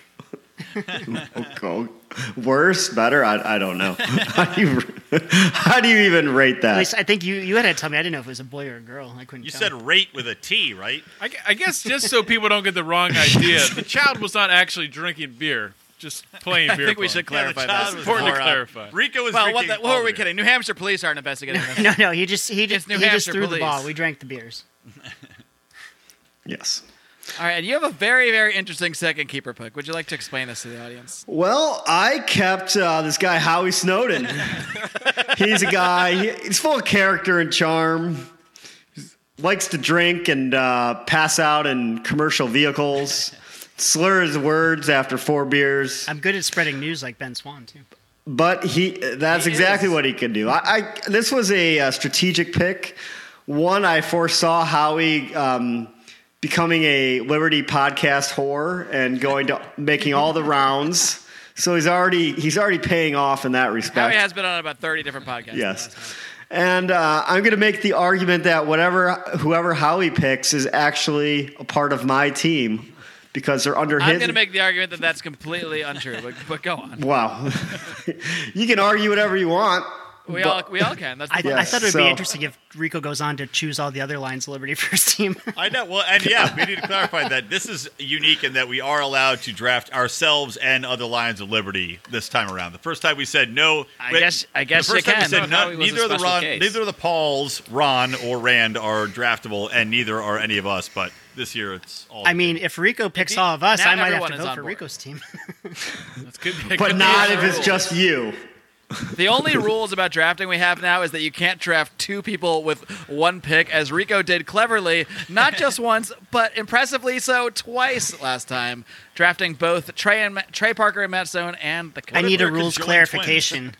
Speaker 6: Go worse, better? I, I don't know. how, do you, how do you even rate that?
Speaker 5: At least I think you you had to tell me. I didn't know if it was a boy or a girl. I couldn't.
Speaker 3: You
Speaker 5: tell.
Speaker 3: said rate with a T, right?
Speaker 4: I, gu- I guess just so people don't get the wrong idea, the child was not actually drinking beer, just playing beer.
Speaker 1: I think we
Speaker 4: pong.
Speaker 1: should
Speaker 3: the
Speaker 1: clarify
Speaker 3: child
Speaker 1: that.
Speaker 3: was
Speaker 4: Important to
Speaker 3: more, uh,
Speaker 4: clarify.
Speaker 3: Rico was
Speaker 1: Well, what,
Speaker 3: drinking
Speaker 1: the, what
Speaker 3: all
Speaker 1: were we
Speaker 3: beer.
Speaker 1: kidding? New Hampshire police aren't investigating this.
Speaker 5: No, no. He just he just
Speaker 1: New
Speaker 5: he just
Speaker 1: Hampshire
Speaker 5: threw the
Speaker 1: police.
Speaker 5: ball. We drank the beers.
Speaker 6: yes.
Speaker 1: All right, and you have a very, very interesting second keeper pick. Would you like to explain this to the audience?
Speaker 6: Well, I kept uh, this guy Howie Snowden. he's a guy. he- he's full of character and charm. Likes to drink and uh, pass out in commercial vehicles. Slurs words after four beers.
Speaker 5: I'm good at spreading news like Ben Swan too.
Speaker 6: But he—that's exactly what he could do. I, I this was a, uh strategic pick. One I foresaw Howie um, becoming a Liberty podcast whore and going to making all the rounds. So he's already he's already paying off in that respect.
Speaker 1: Harry has been on about 30 different podcasts.
Speaker 6: Yes. And uh, I'm going to make the argument that whatever whoever Howie picks is actually a part of my team because they're under
Speaker 1: I'm
Speaker 6: his.
Speaker 1: going to make the argument that that's completely untrue, but, but go on.
Speaker 6: wow. you can argue whatever you want.
Speaker 1: We all we all can. That's the
Speaker 5: I,
Speaker 1: point.
Speaker 5: I
Speaker 6: Yes,
Speaker 5: thought it would
Speaker 6: so-
Speaker 5: be interesting if Rico goes on to choose all the other lines of Liberty First Team.
Speaker 1: Oh,
Speaker 3: I know. Well, and yeah, we need to clarify that this is unique in that we are allowed to draft ourselves and other Lions of Liberty this time around. The first time we said no.
Speaker 1: I
Speaker 3: wait,
Speaker 1: guess- I guess
Speaker 3: the first
Speaker 1: you
Speaker 3: time
Speaker 1: can.
Speaker 3: we
Speaker 1: No,
Speaker 3: said
Speaker 7: Howie
Speaker 3: none,
Speaker 7: was a
Speaker 3: neither of the
Speaker 7: special
Speaker 3: Ron,
Speaker 7: case.
Speaker 3: neither of the Pauls, Ron or Rand are draftable, and neither are any of us. But this year, it's all.
Speaker 5: I mean, if Rico picks all of us,
Speaker 1: now
Speaker 5: I might have
Speaker 1: everyone
Speaker 5: to
Speaker 1: is
Speaker 5: vote
Speaker 1: on
Speaker 5: for
Speaker 1: board.
Speaker 5: Rico's team.
Speaker 4: It's good, it could
Speaker 6: But
Speaker 4: be
Speaker 6: not
Speaker 4: a
Speaker 6: if it's
Speaker 4: rule.
Speaker 6: just you.
Speaker 1: The only rules about drafting we have now is that you can't draft two people with one pick, as Rico did cleverly, not just once, but impressively so twice last time, drafting both Trey and Ma- Trey Parker and Matt Stone and the coach.
Speaker 5: I need a
Speaker 3: they're
Speaker 5: rules
Speaker 3: conjoined
Speaker 5: clarification.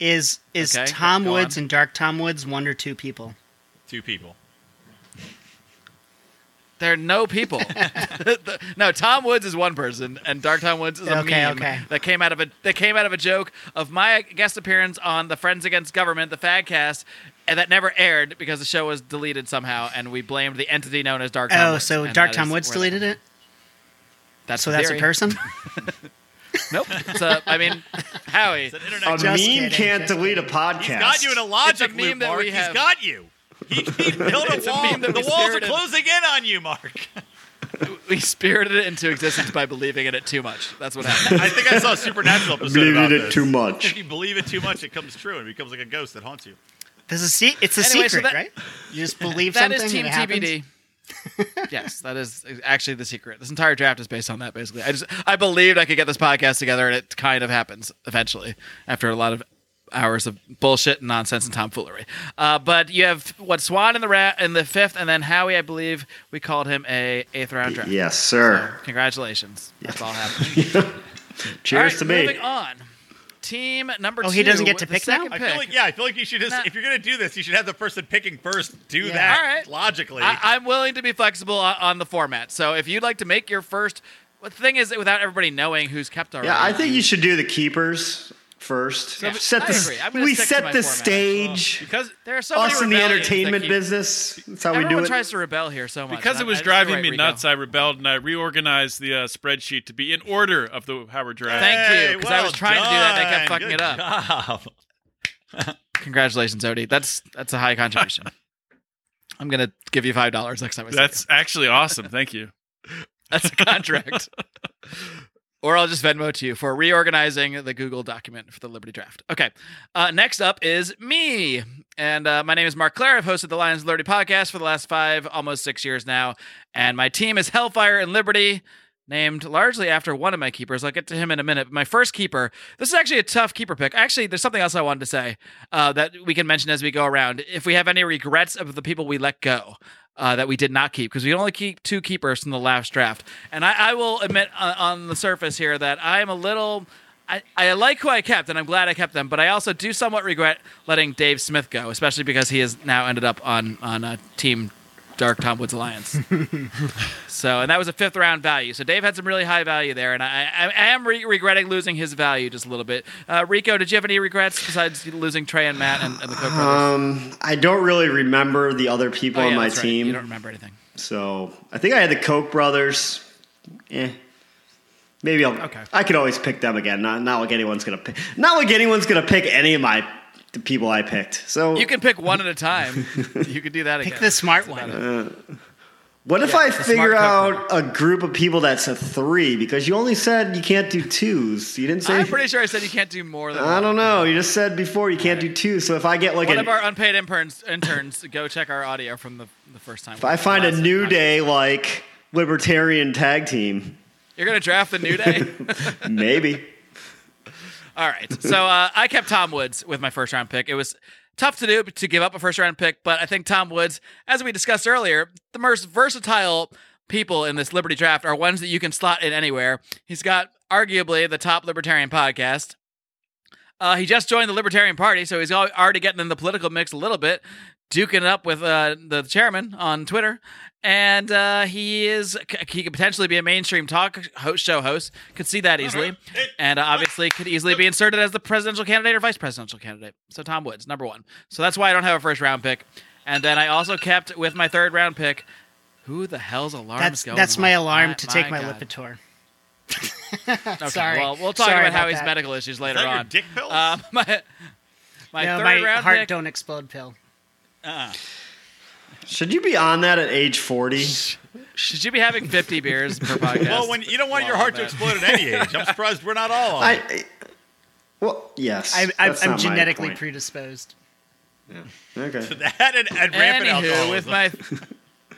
Speaker 5: Is is
Speaker 1: Okay,
Speaker 5: Tom
Speaker 1: go
Speaker 5: Woods
Speaker 1: on.
Speaker 5: and Dark Tom Woods one or two people?
Speaker 3: two people.
Speaker 1: There are no people. The- no, Tom Woods is one person, and Dark Tom Woods is a
Speaker 5: Okay,
Speaker 1: meme
Speaker 5: okay.
Speaker 1: that came out of a that came out of a joke of my guest appearance on the Friends Against Government, the Fadcast, and that never aired because the show was deleted somehow, and we blamed the entity known as Dark. Tom
Speaker 5: Oh,
Speaker 1: Woods,
Speaker 5: so
Speaker 1: and
Speaker 5: Dark
Speaker 1: that
Speaker 5: Tom
Speaker 1: is
Speaker 5: Woods
Speaker 1: where
Speaker 5: deleted it.
Speaker 1: That's
Speaker 5: So that's a
Speaker 1: theory.
Speaker 5: person.
Speaker 1: Nope. So I mean, Howie.
Speaker 3: It's an internet
Speaker 6: A meme
Speaker 5: Just kidding,
Speaker 6: can't
Speaker 5: just
Speaker 6: delete a podcast.
Speaker 3: He's got you in a
Speaker 1: It's a
Speaker 3: logic
Speaker 1: meme
Speaker 3: loop,
Speaker 1: that
Speaker 3: Mark.
Speaker 1: we
Speaker 3: He's
Speaker 1: have.
Speaker 3: got you. He, he built a
Speaker 1: a
Speaker 3: wall.
Speaker 1: meme that
Speaker 3: the
Speaker 1: we
Speaker 3: walls are
Speaker 1: spirited.
Speaker 3: closing in on you, Mark.
Speaker 1: We spirited it into existence by believing in it too much. That's what happened.
Speaker 3: I think I saw a supernatural episode
Speaker 6: Believed
Speaker 3: about
Speaker 6: it
Speaker 3: this.
Speaker 6: too much.
Speaker 3: If you believe it too much, it comes true and becomes like a ghost that haunts you.
Speaker 5: This is se- it's a
Speaker 1: Anyway, so
Speaker 5: secret,
Speaker 1: that-
Speaker 5: right? You just believe
Speaker 1: That
Speaker 5: something
Speaker 1: is Team
Speaker 5: and it happens.
Speaker 1: TBD. yes, that is actually the secret. This entire draft is based on that. Basically, I just I believed I could get this podcast together, and it kind of happens eventually after a lot of hours of bullshit and nonsense and tomfoolery. Uh, but you have what Swan in the ra- in the fifth, and then Howie. I believe we called him a eighth round draft.
Speaker 6: Yes, sir.
Speaker 1: Congratulations. That's all happening.
Speaker 6: Cheers
Speaker 1: All
Speaker 6: to
Speaker 1: right,
Speaker 6: me.
Speaker 1: Moving on. Team number two.
Speaker 5: Oh, he doesn't get to
Speaker 1: the
Speaker 5: pick now?
Speaker 1: second
Speaker 3: I feel
Speaker 1: pick.
Speaker 3: like yeah, I feel like you should just
Speaker 1: Nah.
Speaker 3: if you're gonna do this, you should have the person picking first do
Speaker 5: Yeah.
Speaker 3: that
Speaker 1: All right.
Speaker 3: logically.
Speaker 1: I, am willing to be flexible on, on the format. So if you'd like to make your first, well, the thing is that without everybody knowing who's kept already.
Speaker 6: Yeah, I think you should do the keepers first.
Speaker 1: Yeah,
Speaker 6: set
Speaker 1: I
Speaker 6: the,
Speaker 1: agree. I'm gonna
Speaker 6: we
Speaker 1: stick to
Speaker 6: set
Speaker 1: my
Speaker 6: the
Speaker 1: format.
Speaker 6: stage.
Speaker 4: because
Speaker 1: there are so
Speaker 6: Us
Speaker 1: many
Speaker 6: in the
Speaker 1: rebellions that
Speaker 6: entertainment
Speaker 1: keep-
Speaker 6: business. That's how we
Speaker 1: Everyone
Speaker 6: do it.
Speaker 1: tries to rebel here so much.
Speaker 4: because
Speaker 1: and
Speaker 4: it
Speaker 1: I- I-
Speaker 4: was
Speaker 1: you're
Speaker 4: driving
Speaker 1: right,
Speaker 4: me
Speaker 1: Rico.
Speaker 4: nuts. I rebelled and I reorganized the uh, spreadsheet to be in order of the Howard draft.
Speaker 1: Thank
Speaker 3: Hey,
Speaker 1: you, because I
Speaker 3: well
Speaker 1: was trying to do that and I kept
Speaker 3: done.
Speaker 1: fucking
Speaker 3: Good
Speaker 1: it up.
Speaker 3: job.
Speaker 1: Congratulations, Odie. That's that's a high contribution. I'm gonna give you five dollars next time. I see
Speaker 4: That's actually awesome. Thank you.
Speaker 1: That's a contract. or I'll just Venmo to you for reorganizing the Google document for the Liberty Draft. Okay. Uh, next up is me. And uh, my name is Mark Clare. I've hosted the Lions of Liberty podcast for the last five, almost six years now. And my team is Hellfire and Liberty. Named largely after one of my keepers. I'll get to him in a minute. But my first keeper, this is actually a tough keeper pick. Actually, there's something else I wanted to say uh, that we can mention as we go around. If we have any regrets of the people we let go, uh, that we did not keep because we only keep two keepers from the last draft. And I, I will admit uh, on the surface here that I am a little. I, I like who I kept, and I'm glad I kept them. But I also do somewhat regret letting Dave Smith go, especially because he has now ended up on on a team Dark Tom Woods Alliance. so, and that was a fifth round value. So Dave had some really high value there, and I, I, I am re- regretting losing his value just a little bit. Uh, Rico, did you have any regrets besides losing Trey and Matt and, and the Coke brothers?
Speaker 6: Um, I don't really remember the other people
Speaker 1: Oh, yeah,
Speaker 6: on my
Speaker 1: that's right. You
Speaker 6: team,
Speaker 1: don't remember anything.
Speaker 6: so I think I had the Koch brothers. Eh. Maybe I'll.
Speaker 5: Okay.
Speaker 6: I could always pick them again. Not, not like anyone's gonna pick. Not like anyone's gonna pick any of my the people I picked. So
Speaker 1: You can pick one at a time. you could do that again.
Speaker 5: Pick the smart one.
Speaker 6: What if I figure
Speaker 1: smart
Speaker 6: out a group of people that's a three? Because you only said you can't do twos. You didn't say.
Speaker 1: I'm pretty sure I said you can't do more than.
Speaker 6: I
Speaker 1: one.
Speaker 6: don't know. You just said before you can't do two. So if I get like
Speaker 1: One
Speaker 6: an,
Speaker 1: of our unpaid interns, interns, go check our audio from the, the first time.
Speaker 6: if I find a new day like libertarian tag team,
Speaker 1: You're gonna draft the new day.
Speaker 6: maybe.
Speaker 1: All right. So uh, I kept Tom Woods with my first round pick. It was tough to do to give up a first round pick, but I think Tom Woods, as we discussed earlier, the most versatile people in this Liberty draft are ones that you can slot in anywhere. He's got arguably the top libertarian podcast. Uh, he just joined the Libertarian Party, so he's al- already getting in the political mix a little bit, duking it up with uh, the chairman on Twitter. And uh, he is c- he could potentially be a mainstream talk ho- show host. Could see that easily, and uh, obviously could easily be inserted as the presidential candidate or vice presidential candidate. So Tom Woods, number one. So that's why I don't have a first round pick. And then I also kept with my third round pick. Who the hell's alarm
Speaker 5: That's
Speaker 1: going?
Speaker 5: that's my
Speaker 1: off?
Speaker 5: alarm to take my
Speaker 1: God.
Speaker 5: Lipitor.
Speaker 1: Okay,
Speaker 5: Sorry.
Speaker 1: Well, we'll talk
Speaker 5: Sorry
Speaker 1: about, how
Speaker 5: about
Speaker 1: he's
Speaker 5: that.
Speaker 1: medical issues later
Speaker 3: that your
Speaker 1: on.
Speaker 3: dick pills?
Speaker 1: Um, my my
Speaker 5: no,
Speaker 1: third
Speaker 5: my
Speaker 1: round
Speaker 5: heart
Speaker 1: pick.
Speaker 5: don't explode pill.
Speaker 6: Should you be on that at age 40?
Speaker 1: Should you be having 50 beers per podcast?
Speaker 3: Well, when you don't want your
Speaker 1: Well,
Speaker 3: heart to
Speaker 1: man.
Speaker 3: explode at any age. I'm surprised we're not all on
Speaker 6: I,
Speaker 3: it.
Speaker 6: I- well, yes.
Speaker 5: I, I,
Speaker 6: that's
Speaker 5: I'm
Speaker 6: not my
Speaker 5: genetically
Speaker 6: point.
Speaker 5: predisposed.
Speaker 6: Okay.
Speaker 3: that and, and rampant
Speaker 1: Anywho,
Speaker 3: alcoholism.
Speaker 1: with my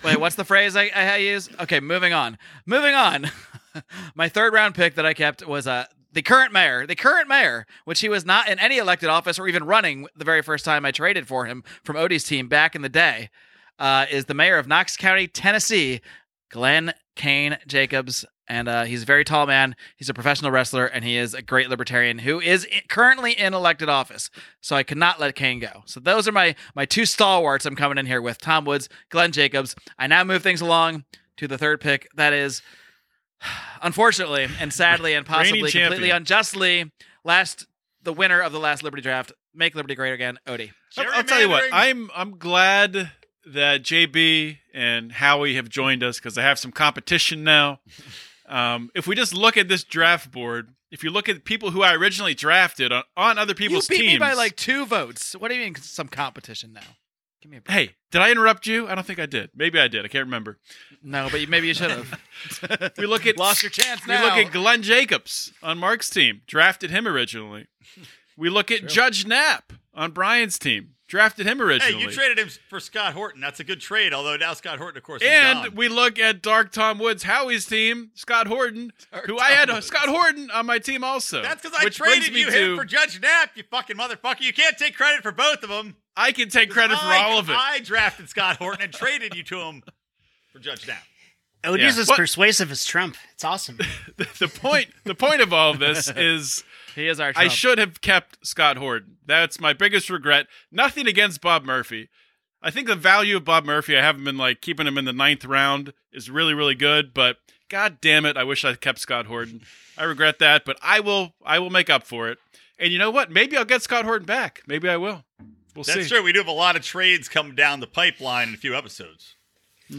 Speaker 1: wait, what's the phrase I, I use? Okay, moving on. Moving on. my third round pick that I kept was uh the current mayor, the current mayor, which he was not in any elected office or even running the very first time I traded for him from Odie's team back in the day, uh, is the mayor of Knox County, Tennessee, Glenn Kane Jacobs. And uh, he's a very tall man. He's a professional wrestler, and he is a great libertarian who is i- currently in elected office. So I could not let Kane go. So those are my my two stalwarts I'm coming in here with Tom Woods, Glenn Jacobs. I now move things along to the third pick. That is, unfortunately and sadly and possibly
Speaker 4: Reigning
Speaker 1: completely
Speaker 4: champion.
Speaker 1: unjustly, last the winner of the last Liberty draft. Make Liberty great again, Odie.
Speaker 4: I'll, I'll tell you what.
Speaker 3: Gerrymandering.
Speaker 4: I'm I'm glad that JB and Howie have joined us because I have some competition now. Um, if we just look at this draft board, if you look at people who I originally drafted on, on other
Speaker 1: You
Speaker 4: people's
Speaker 1: beat
Speaker 4: teams,
Speaker 1: me by like two votes. What do you mean some competition now? Give me a break.
Speaker 4: hey, did I interrupt you? I don't think I did. Maybe I did. I can't remember.
Speaker 1: No, but you, maybe you should have.
Speaker 4: We look at
Speaker 1: Lost your chance
Speaker 4: We
Speaker 1: now.
Speaker 4: look at Glenn Jacobs on Mark's team, drafted him originally. We look at Judge Knapp on Brian's team, drafted him
Speaker 3: Hey,
Speaker 4: originally.
Speaker 3: you traded him for Scott Horton. That's a good trade, although now Scott Horton, of course, is
Speaker 4: And
Speaker 3: gone.
Speaker 4: we look at Dark Tom Woods, Howie's team, Scott Horton, who I had Scott Horton on my team also.
Speaker 3: That's because I
Speaker 4: which
Speaker 3: traded
Speaker 4: brings me
Speaker 3: you
Speaker 4: to,
Speaker 3: him for Judge Knapp, you fucking motherfucker. You can't take credit for both of them.
Speaker 4: I can take credit for
Speaker 3: I-
Speaker 4: all of it.
Speaker 3: I drafted Scott Horton and traded you to him for Judge Knapp.
Speaker 5: Odie's
Speaker 4: Yeah.
Speaker 5: as
Speaker 4: What-
Speaker 5: persuasive as Trump. It's awesome.
Speaker 1: Mm-hmm.
Speaker 4: the point, the point of all of this is
Speaker 1: He is our.
Speaker 4: I
Speaker 1: Trump.
Speaker 4: should have kept Scott Horton. That's my biggest regret. Nothing against Bob Murphy. I think the value of Bob Murphy, I haven't been like keeping him in the ninth round is really, really good, but god damn it, I wish I kept Scott Horton. I regret that, but I will I will make up for it. And you know what? Maybe I'll get Scott Horton back. Maybe I will. We'll
Speaker 3: That's
Speaker 4: see.
Speaker 3: true. We do have a lot of trades come down the pipeline in a few episodes.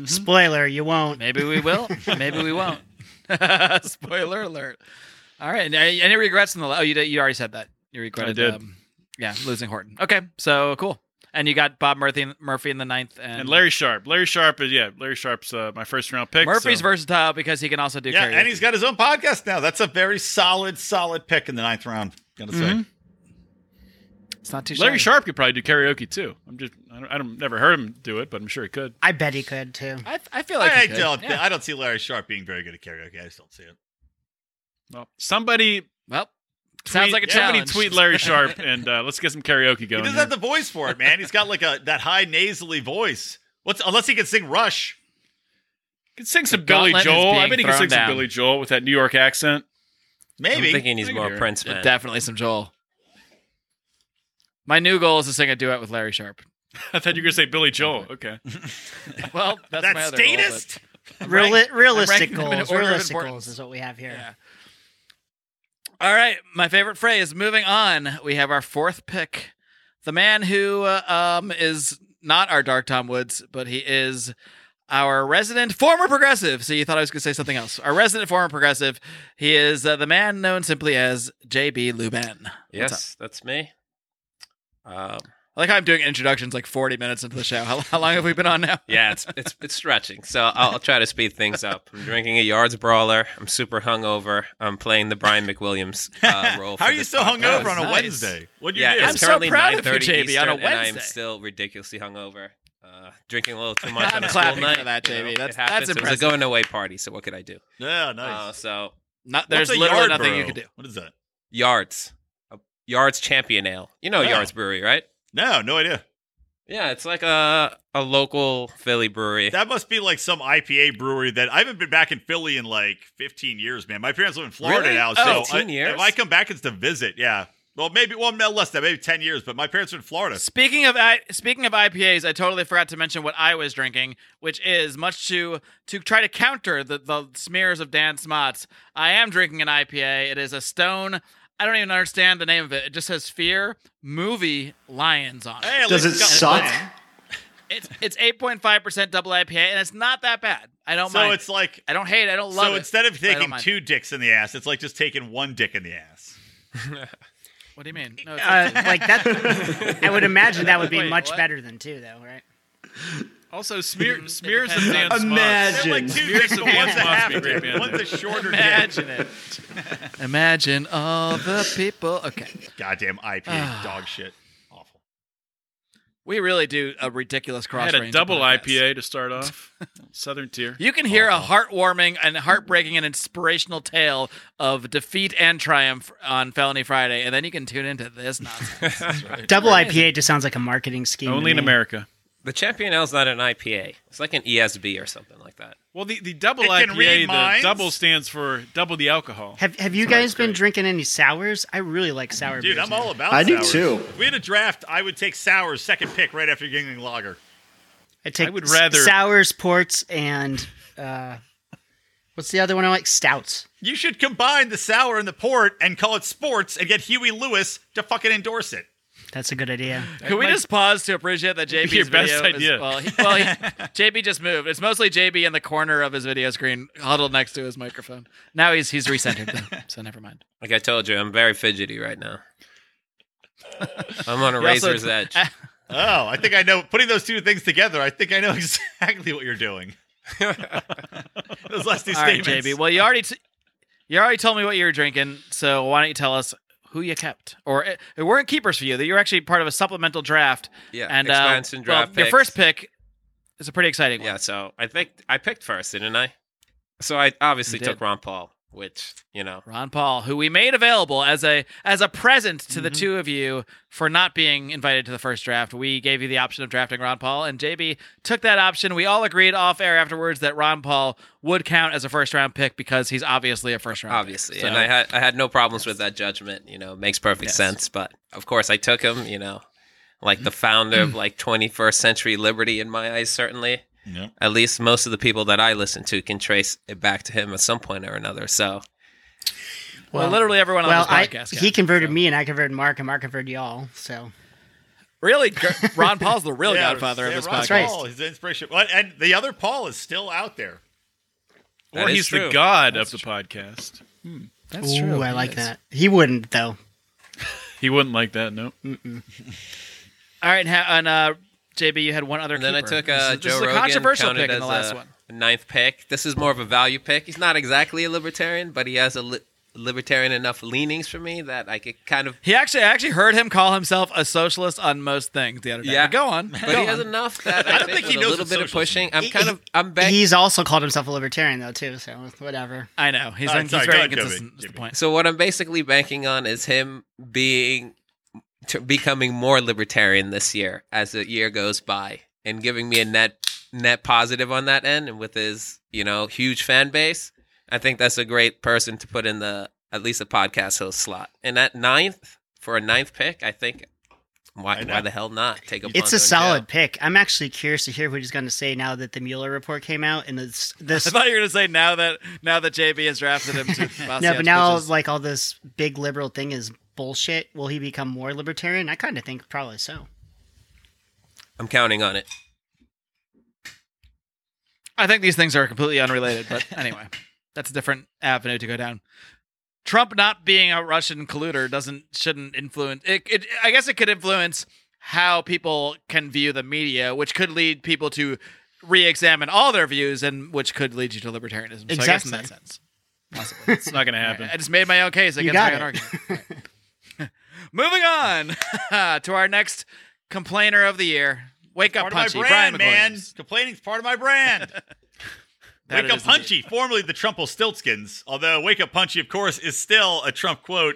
Speaker 5: Spoiler, you won't.
Speaker 1: Maybe we will. Maybe we won't. Spoiler alert. All right. and Any, any regrets in the? Oh, you did, you already said that. You regretted.
Speaker 4: did.
Speaker 1: Um, yeah, losing Horton. Okay, so cool. And you got Bob Murphy, Murphy in the ninth, and,
Speaker 4: And Larry Sharp. Larry Sharp is yeah, Larry Sharp's uh, my first round pick.
Speaker 1: Murphy's
Speaker 4: so-
Speaker 1: versatile because he can also do
Speaker 3: Yeah,
Speaker 1: karaoke.
Speaker 3: and he's got his own podcast now. That's a very solid, solid pick in the ninth round. Gotta say.
Speaker 1: it's not too.
Speaker 4: Larry
Speaker 1: shabby.
Speaker 4: Sharp could probably do karaoke too. I'm just I don't, I don't never heard him do it, but I'm sure he could.
Speaker 5: I bet he could too.
Speaker 1: I, I feel like
Speaker 3: I,
Speaker 1: he could.
Speaker 3: don't.
Speaker 1: Yeah.
Speaker 3: I don't see Larry Sharp being very good at karaoke. I just don't see it.
Speaker 4: Well, somebody
Speaker 1: Well, sounds
Speaker 4: tweet-
Speaker 1: like a
Speaker 4: somebody
Speaker 1: challenge.
Speaker 4: tweet Larry Sharp and uh, let's get some karaoke
Speaker 3: He
Speaker 4: going.
Speaker 3: doesn't
Speaker 4: here.
Speaker 3: have the voice for it, man. He's got like a that high nasally voice. What's unless he can sing Rush?
Speaker 4: Could sing some
Speaker 1: The
Speaker 4: Billy
Speaker 1: gauntlet is
Speaker 4: Joel. I
Speaker 1: being
Speaker 4: bet he could
Speaker 1: thrown
Speaker 4: sing
Speaker 1: down.
Speaker 4: some Billy Joel with that New York accent.
Speaker 7: I'm
Speaker 3: Maybe.
Speaker 7: thinking he's
Speaker 4: I can
Speaker 7: more
Speaker 4: hear it.
Speaker 7: Prince man.
Speaker 1: Definitely some Joel. My new goal is to sing a duet with Larry Sharp.
Speaker 4: I thought you were gonna say Billy Joel. Okay.
Speaker 1: Well, that's my
Speaker 3: that
Speaker 1: other goal, but-
Speaker 3: statist.
Speaker 5: Reali- realistic
Speaker 1: ranking them in
Speaker 5: goals.
Speaker 1: order of
Speaker 5: Realistic
Speaker 1: importance.
Speaker 5: goals is what we have here.
Speaker 1: All right, my favorite phrase. Moving on, we have our fourth pick, the man who uh, um is not our Dark Tom Woods, but he is our resident former progressive. So you thought I was going to say something else. Our resident former progressive. He is uh, the man known simply as J.B. Luban.
Speaker 7: Yes, that's me. Um,
Speaker 1: I like how I'm doing introductions like 40 minutes into the show. How, how long have we been on now?
Speaker 7: yeah, it's it's it's stretching. So I'll, I'll try to speed things up. I'm drinking a yards brawler. I'm super hungover. I'm playing the Brian McWilliams uh, role.
Speaker 3: How are
Speaker 7: for
Speaker 3: you
Speaker 7: this
Speaker 3: so
Speaker 7: podcast.
Speaker 3: hungover on a
Speaker 1: Nice.
Speaker 3: Wednesday? What do you
Speaker 7: yeah,
Speaker 3: do?
Speaker 1: I'm
Speaker 7: it's
Speaker 1: so
Speaker 7: currently
Speaker 1: proud of you,
Speaker 7: 9:30
Speaker 1: JB, on a
Speaker 7: Eastern, and I am
Speaker 1: Wednesday.
Speaker 7: still ridiculously hungover. Uh, drinking a little too much
Speaker 1: I'm
Speaker 7: on a
Speaker 1: clapping
Speaker 7: school
Speaker 1: for
Speaker 7: night.
Speaker 1: that,
Speaker 7: you know,
Speaker 1: JB.
Speaker 7: it
Speaker 1: That's-
Speaker 7: happens.
Speaker 1: that's
Speaker 7: It was
Speaker 1: impressive.
Speaker 7: a going away party, so what could I do?
Speaker 3: yeah,
Speaker 7: Uh,
Speaker 3: nice.
Speaker 7: so
Speaker 1: Not, there's
Speaker 3: What's a
Speaker 1: literally
Speaker 3: yard
Speaker 1: nothing you
Speaker 3: brew?
Speaker 1: can do.
Speaker 3: What is that?
Speaker 7: yards, a yards champion ale. You know
Speaker 3: Yeah.
Speaker 7: yards brewery, right?
Speaker 3: No, no idea.
Speaker 7: Yeah, it's like a a local Philly brewery.
Speaker 3: That must be like some IPA brewery that I haven't been back in Philly in like 15 years, man. My parents live in Florida
Speaker 7: Really?
Speaker 3: now,
Speaker 7: Oh,
Speaker 3: so
Speaker 7: 15
Speaker 3: I-
Speaker 7: years?
Speaker 3: if I come back, it's to visit. Yeah, Well, maybe one well, less than maybe ten years, but my parents are in Florida.
Speaker 1: Speaking of I, speaking of IPAs, I totally forgot to mention what I was drinking, which is much to to try to counter the, the smears of Dan Smots. I am drinking an IPA. It is a Stone. I don't even understand the name of it. It just says Fear Movie Lions on it.
Speaker 3: Hey, at
Speaker 6: Does it
Speaker 3: least it's got-
Speaker 6: suck?
Speaker 1: It's it's eight point five percent double IPA, and it's not that bad. I don't
Speaker 3: So
Speaker 1: mind.
Speaker 3: it's like
Speaker 1: I don't hate. it. I don't love
Speaker 3: so
Speaker 1: it.
Speaker 3: instead of
Speaker 1: but I don't
Speaker 3: taking
Speaker 1: mind it.
Speaker 3: two dicks in the ass, it's like just taking one dick in the ass.
Speaker 1: What do you mean? No, it's
Speaker 5: Uh, like that, I would imagine that would be
Speaker 4: Wait,
Speaker 5: much
Speaker 1: what?
Speaker 5: better than two, though, right?
Speaker 4: Also, smear, smears of
Speaker 1: depends
Speaker 4: Dan
Speaker 1: on-
Speaker 4: Smuts.
Speaker 6: Imagine.
Speaker 3: They're like two
Speaker 4: Here's
Speaker 3: dicks,
Speaker 4: the
Speaker 3: but one's
Speaker 4: Vance
Speaker 3: a half
Speaker 4: Mosby
Speaker 3: dick,
Speaker 4: right
Speaker 3: one's a shorter dick.
Speaker 1: imagine it. Imagine all the people. Okay.
Speaker 3: Goddamn IPA dog shit. Awful.
Speaker 1: We really do a ridiculous
Speaker 4: I
Speaker 1: cross.
Speaker 4: had a
Speaker 1: range
Speaker 4: double
Speaker 1: podcast.
Speaker 4: IPA to start off. Southern tier.
Speaker 1: You can hear a heartwarming and heartbreaking and inspirational tale of defeat and triumph on Felony Friday, and then you can tune into this nonsense.
Speaker 5: Double IPA just sounds like a marketing scheme. to
Speaker 4: Only in
Speaker 5: me.
Speaker 4: America.
Speaker 7: The Champion Ale's not an IPA. It's like an ESB or something like that.
Speaker 4: Well, the, the double
Speaker 3: It can read
Speaker 4: IPA, the
Speaker 3: minds.
Speaker 4: double stands for double the alcohol.
Speaker 5: Have Have you guys been drinking any sours? I really like sour
Speaker 3: Dude,
Speaker 5: beers.
Speaker 3: I'm all about
Speaker 6: I do
Speaker 3: sours.
Speaker 6: too.
Speaker 3: If we had a draft, I would take sours second pick right after Yingling Lager.
Speaker 5: I take
Speaker 4: I would
Speaker 5: s-
Speaker 4: rather-
Speaker 5: sours, ports, and uh, what's the other one I like? Stouts.
Speaker 3: You should combine the sour and the port and call it sports and get Huey Lewis to fucking endorse it.
Speaker 5: That's a good idea.
Speaker 1: can we just pause to appreciate that JB's
Speaker 4: your best
Speaker 1: video? is-
Speaker 4: idea.
Speaker 1: well, he, well he, JB just moved. It's mostly JB in the corner of his video screen, huddled next to his microphone. Now he's he's recentered, though, so never mind.
Speaker 7: Like I told you, I'm very fidgety right now. I'm on a
Speaker 1: He also-
Speaker 7: razor's edge.
Speaker 3: Oh, I think I know. Putting those two things together, I think I know exactly what you're doing. those last two
Speaker 1: All right,
Speaker 3: statements.
Speaker 1: JB. Well, you already t- you already told me what you were drinking, so why don't you tell us who you kept, or it, it weren't keepers for you? That you're actually part of a supplemental draft.
Speaker 7: Yeah,
Speaker 1: and uh,
Speaker 7: expansion
Speaker 1: well,
Speaker 7: draft
Speaker 1: your
Speaker 7: picks.
Speaker 1: first pick is a pretty exciting one.
Speaker 7: Yeah, so I picked I picked first, didn't I? So I obviously
Speaker 1: You
Speaker 7: took
Speaker 1: did.
Speaker 7: Ron Paul, which you know
Speaker 1: Ron Paul, who we made available as a as a present to
Speaker 7: Mm-hmm.
Speaker 1: the two of you for not being invited to the first draft. We gave you the option of drafting Ron Paul, and JB took that option. We all agreed off air afterwards that Ron Paul would count as a first round pick because he's obviously a first round.
Speaker 7: obviously, and I had I had no problems with that judgment. You know, makes perfect sense. But of course, I took him. You know,
Speaker 1: Mm-hmm.
Speaker 7: like the founder of like 21st century liberty in my eyes, certainly.
Speaker 3: Yeah.
Speaker 7: At least most of the people that I listen to can trace it back to him at some point or another. So
Speaker 1: well, literally everyone on
Speaker 5: Well,
Speaker 1: this
Speaker 5: I,
Speaker 1: podcast.
Speaker 5: he converted me, and I converted Mark, and Mark converted y'all. So
Speaker 1: Really, gr- Ron Paul's the real
Speaker 3: Yeah,
Speaker 1: godfather of
Speaker 3: yeah,
Speaker 1: this
Speaker 3: Ron
Speaker 1: podcast.
Speaker 5: right.
Speaker 3: Paul is the inspiration. Well, And the other Paul is still out there.
Speaker 7: that
Speaker 4: or
Speaker 7: is
Speaker 4: he's
Speaker 7: true.
Speaker 4: the god of the podcast.
Speaker 1: That's
Speaker 5: ooh, I like that. He wouldn't though.
Speaker 4: He wouldn't like that, no.
Speaker 1: All right, and, ha- and uh, JB, you had one other.
Speaker 7: And then I
Speaker 1: keeper.
Speaker 7: took
Speaker 1: This
Speaker 7: uh,
Speaker 1: is- this
Speaker 7: Joe
Speaker 1: is
Speaker 7: Rogan.
Speaker 1: a controversial
Speaker 7: counted
Speaker 1: pick in the
Speaker 7: as uh,
Speaker 1: last
Speaker 7: a
Speaker 1: one.
Speaker 7: Ninth pick. This is more of a value pick. He's not exactly a libertarian, but he has a li- libertarian enough leanings for me that I could kind of.
Speaker 1: He actually, I actually heard him call himself a socialist on most things the other day.
Speaker 7: Yeah.
Speaker 1: But go on.
Speaker 7: But he has enough that I,
Speaker 3: don't think he
Speaker 7: with
Speaker 3: knows
Speaker 7: a little
Speaker 3: what
Speaker 7: bit of
Speaker 3: socialism
Speaker 7: pushing. I'm kind of I'm back.
Speaker 5: He's also called himself a libertarian though too. So whatever.
Speaker 1: I know he's,
Speaker 3: All right,
Speaker 1: he's
Speaker 3: sorry,
Speaker 1: very
Speaker 3: go ahead,
Speaker 1: inconsistent. Is
Speaker 3: Kobe.
Speaker 1: the point?
Speaker 7: So what I'm basically banking on is him being t- becoming more libertarian this year as the year goes by and giving me a net net positive on that end and with his, you know, huge fan base. I think that's a great person to put in the at least a podcast host slot. And at ninth for a ninth pick, I think why
Speaker 3: know.
Speaker 7: why the hell not take a
Speaker 5: It's
Speaker 7: Bonzo
Speaker 5: a
Speaker 7: and
Speaker 5: solid
Speaker 7: Joe.
Speaker 5: pick. I'm actually curious to hear what he's going to say now that the Mueller report came out and this.
Speaker 1: I
Speaker 5: this
Speaker 1: thought you were going to say now that now that JB has drafted him to
Speaker 5: no,
Speaker 1: Basquiat's
Speaker 5: but now
Speaker 1: pitches.
Speaker 5: like all this big liberal thing is bullshit. Will he become more libertarian? I kind of think probably so.
Speaker 7: I'm counting on it.
Speaker 1: I think these things are completely unrelated. But anyway, that's a different avenue to go down. Trump not being a Russian colluder doesn't shouldn't influence. It, it I guess it could influence how people can view the media, which could lead people to re-examine all their views, and which could lead you to libertarianism. So I guess in
Speaker 5: Exactly.
Speaker 1: that sense, possibly.
Speaker 4: It's not going to happen.
Speaker 1: I just made my own case against
Speaker 5: got
Speaker 1: my own
Speaker 5: it.
Speaker 1: argument. All right. Moving on to our next complainer of the year. Wake up,
Speaker 3: Part
Speaker 1: punchy,
Speaker 3: of my brand,
Speaker 1: Brian
Speaker 3: man.
Speaker 1: McWilliams.
Speaker 3: Complaining is part of my brand.
Speaker 1: That
Speaker 3: Wake Up
Speaker 1: is indeed.
Speaker 3: Punchy, formerly the Trumpelstiltskins, although Wake Up Punchy, of course, is still a Trump quote.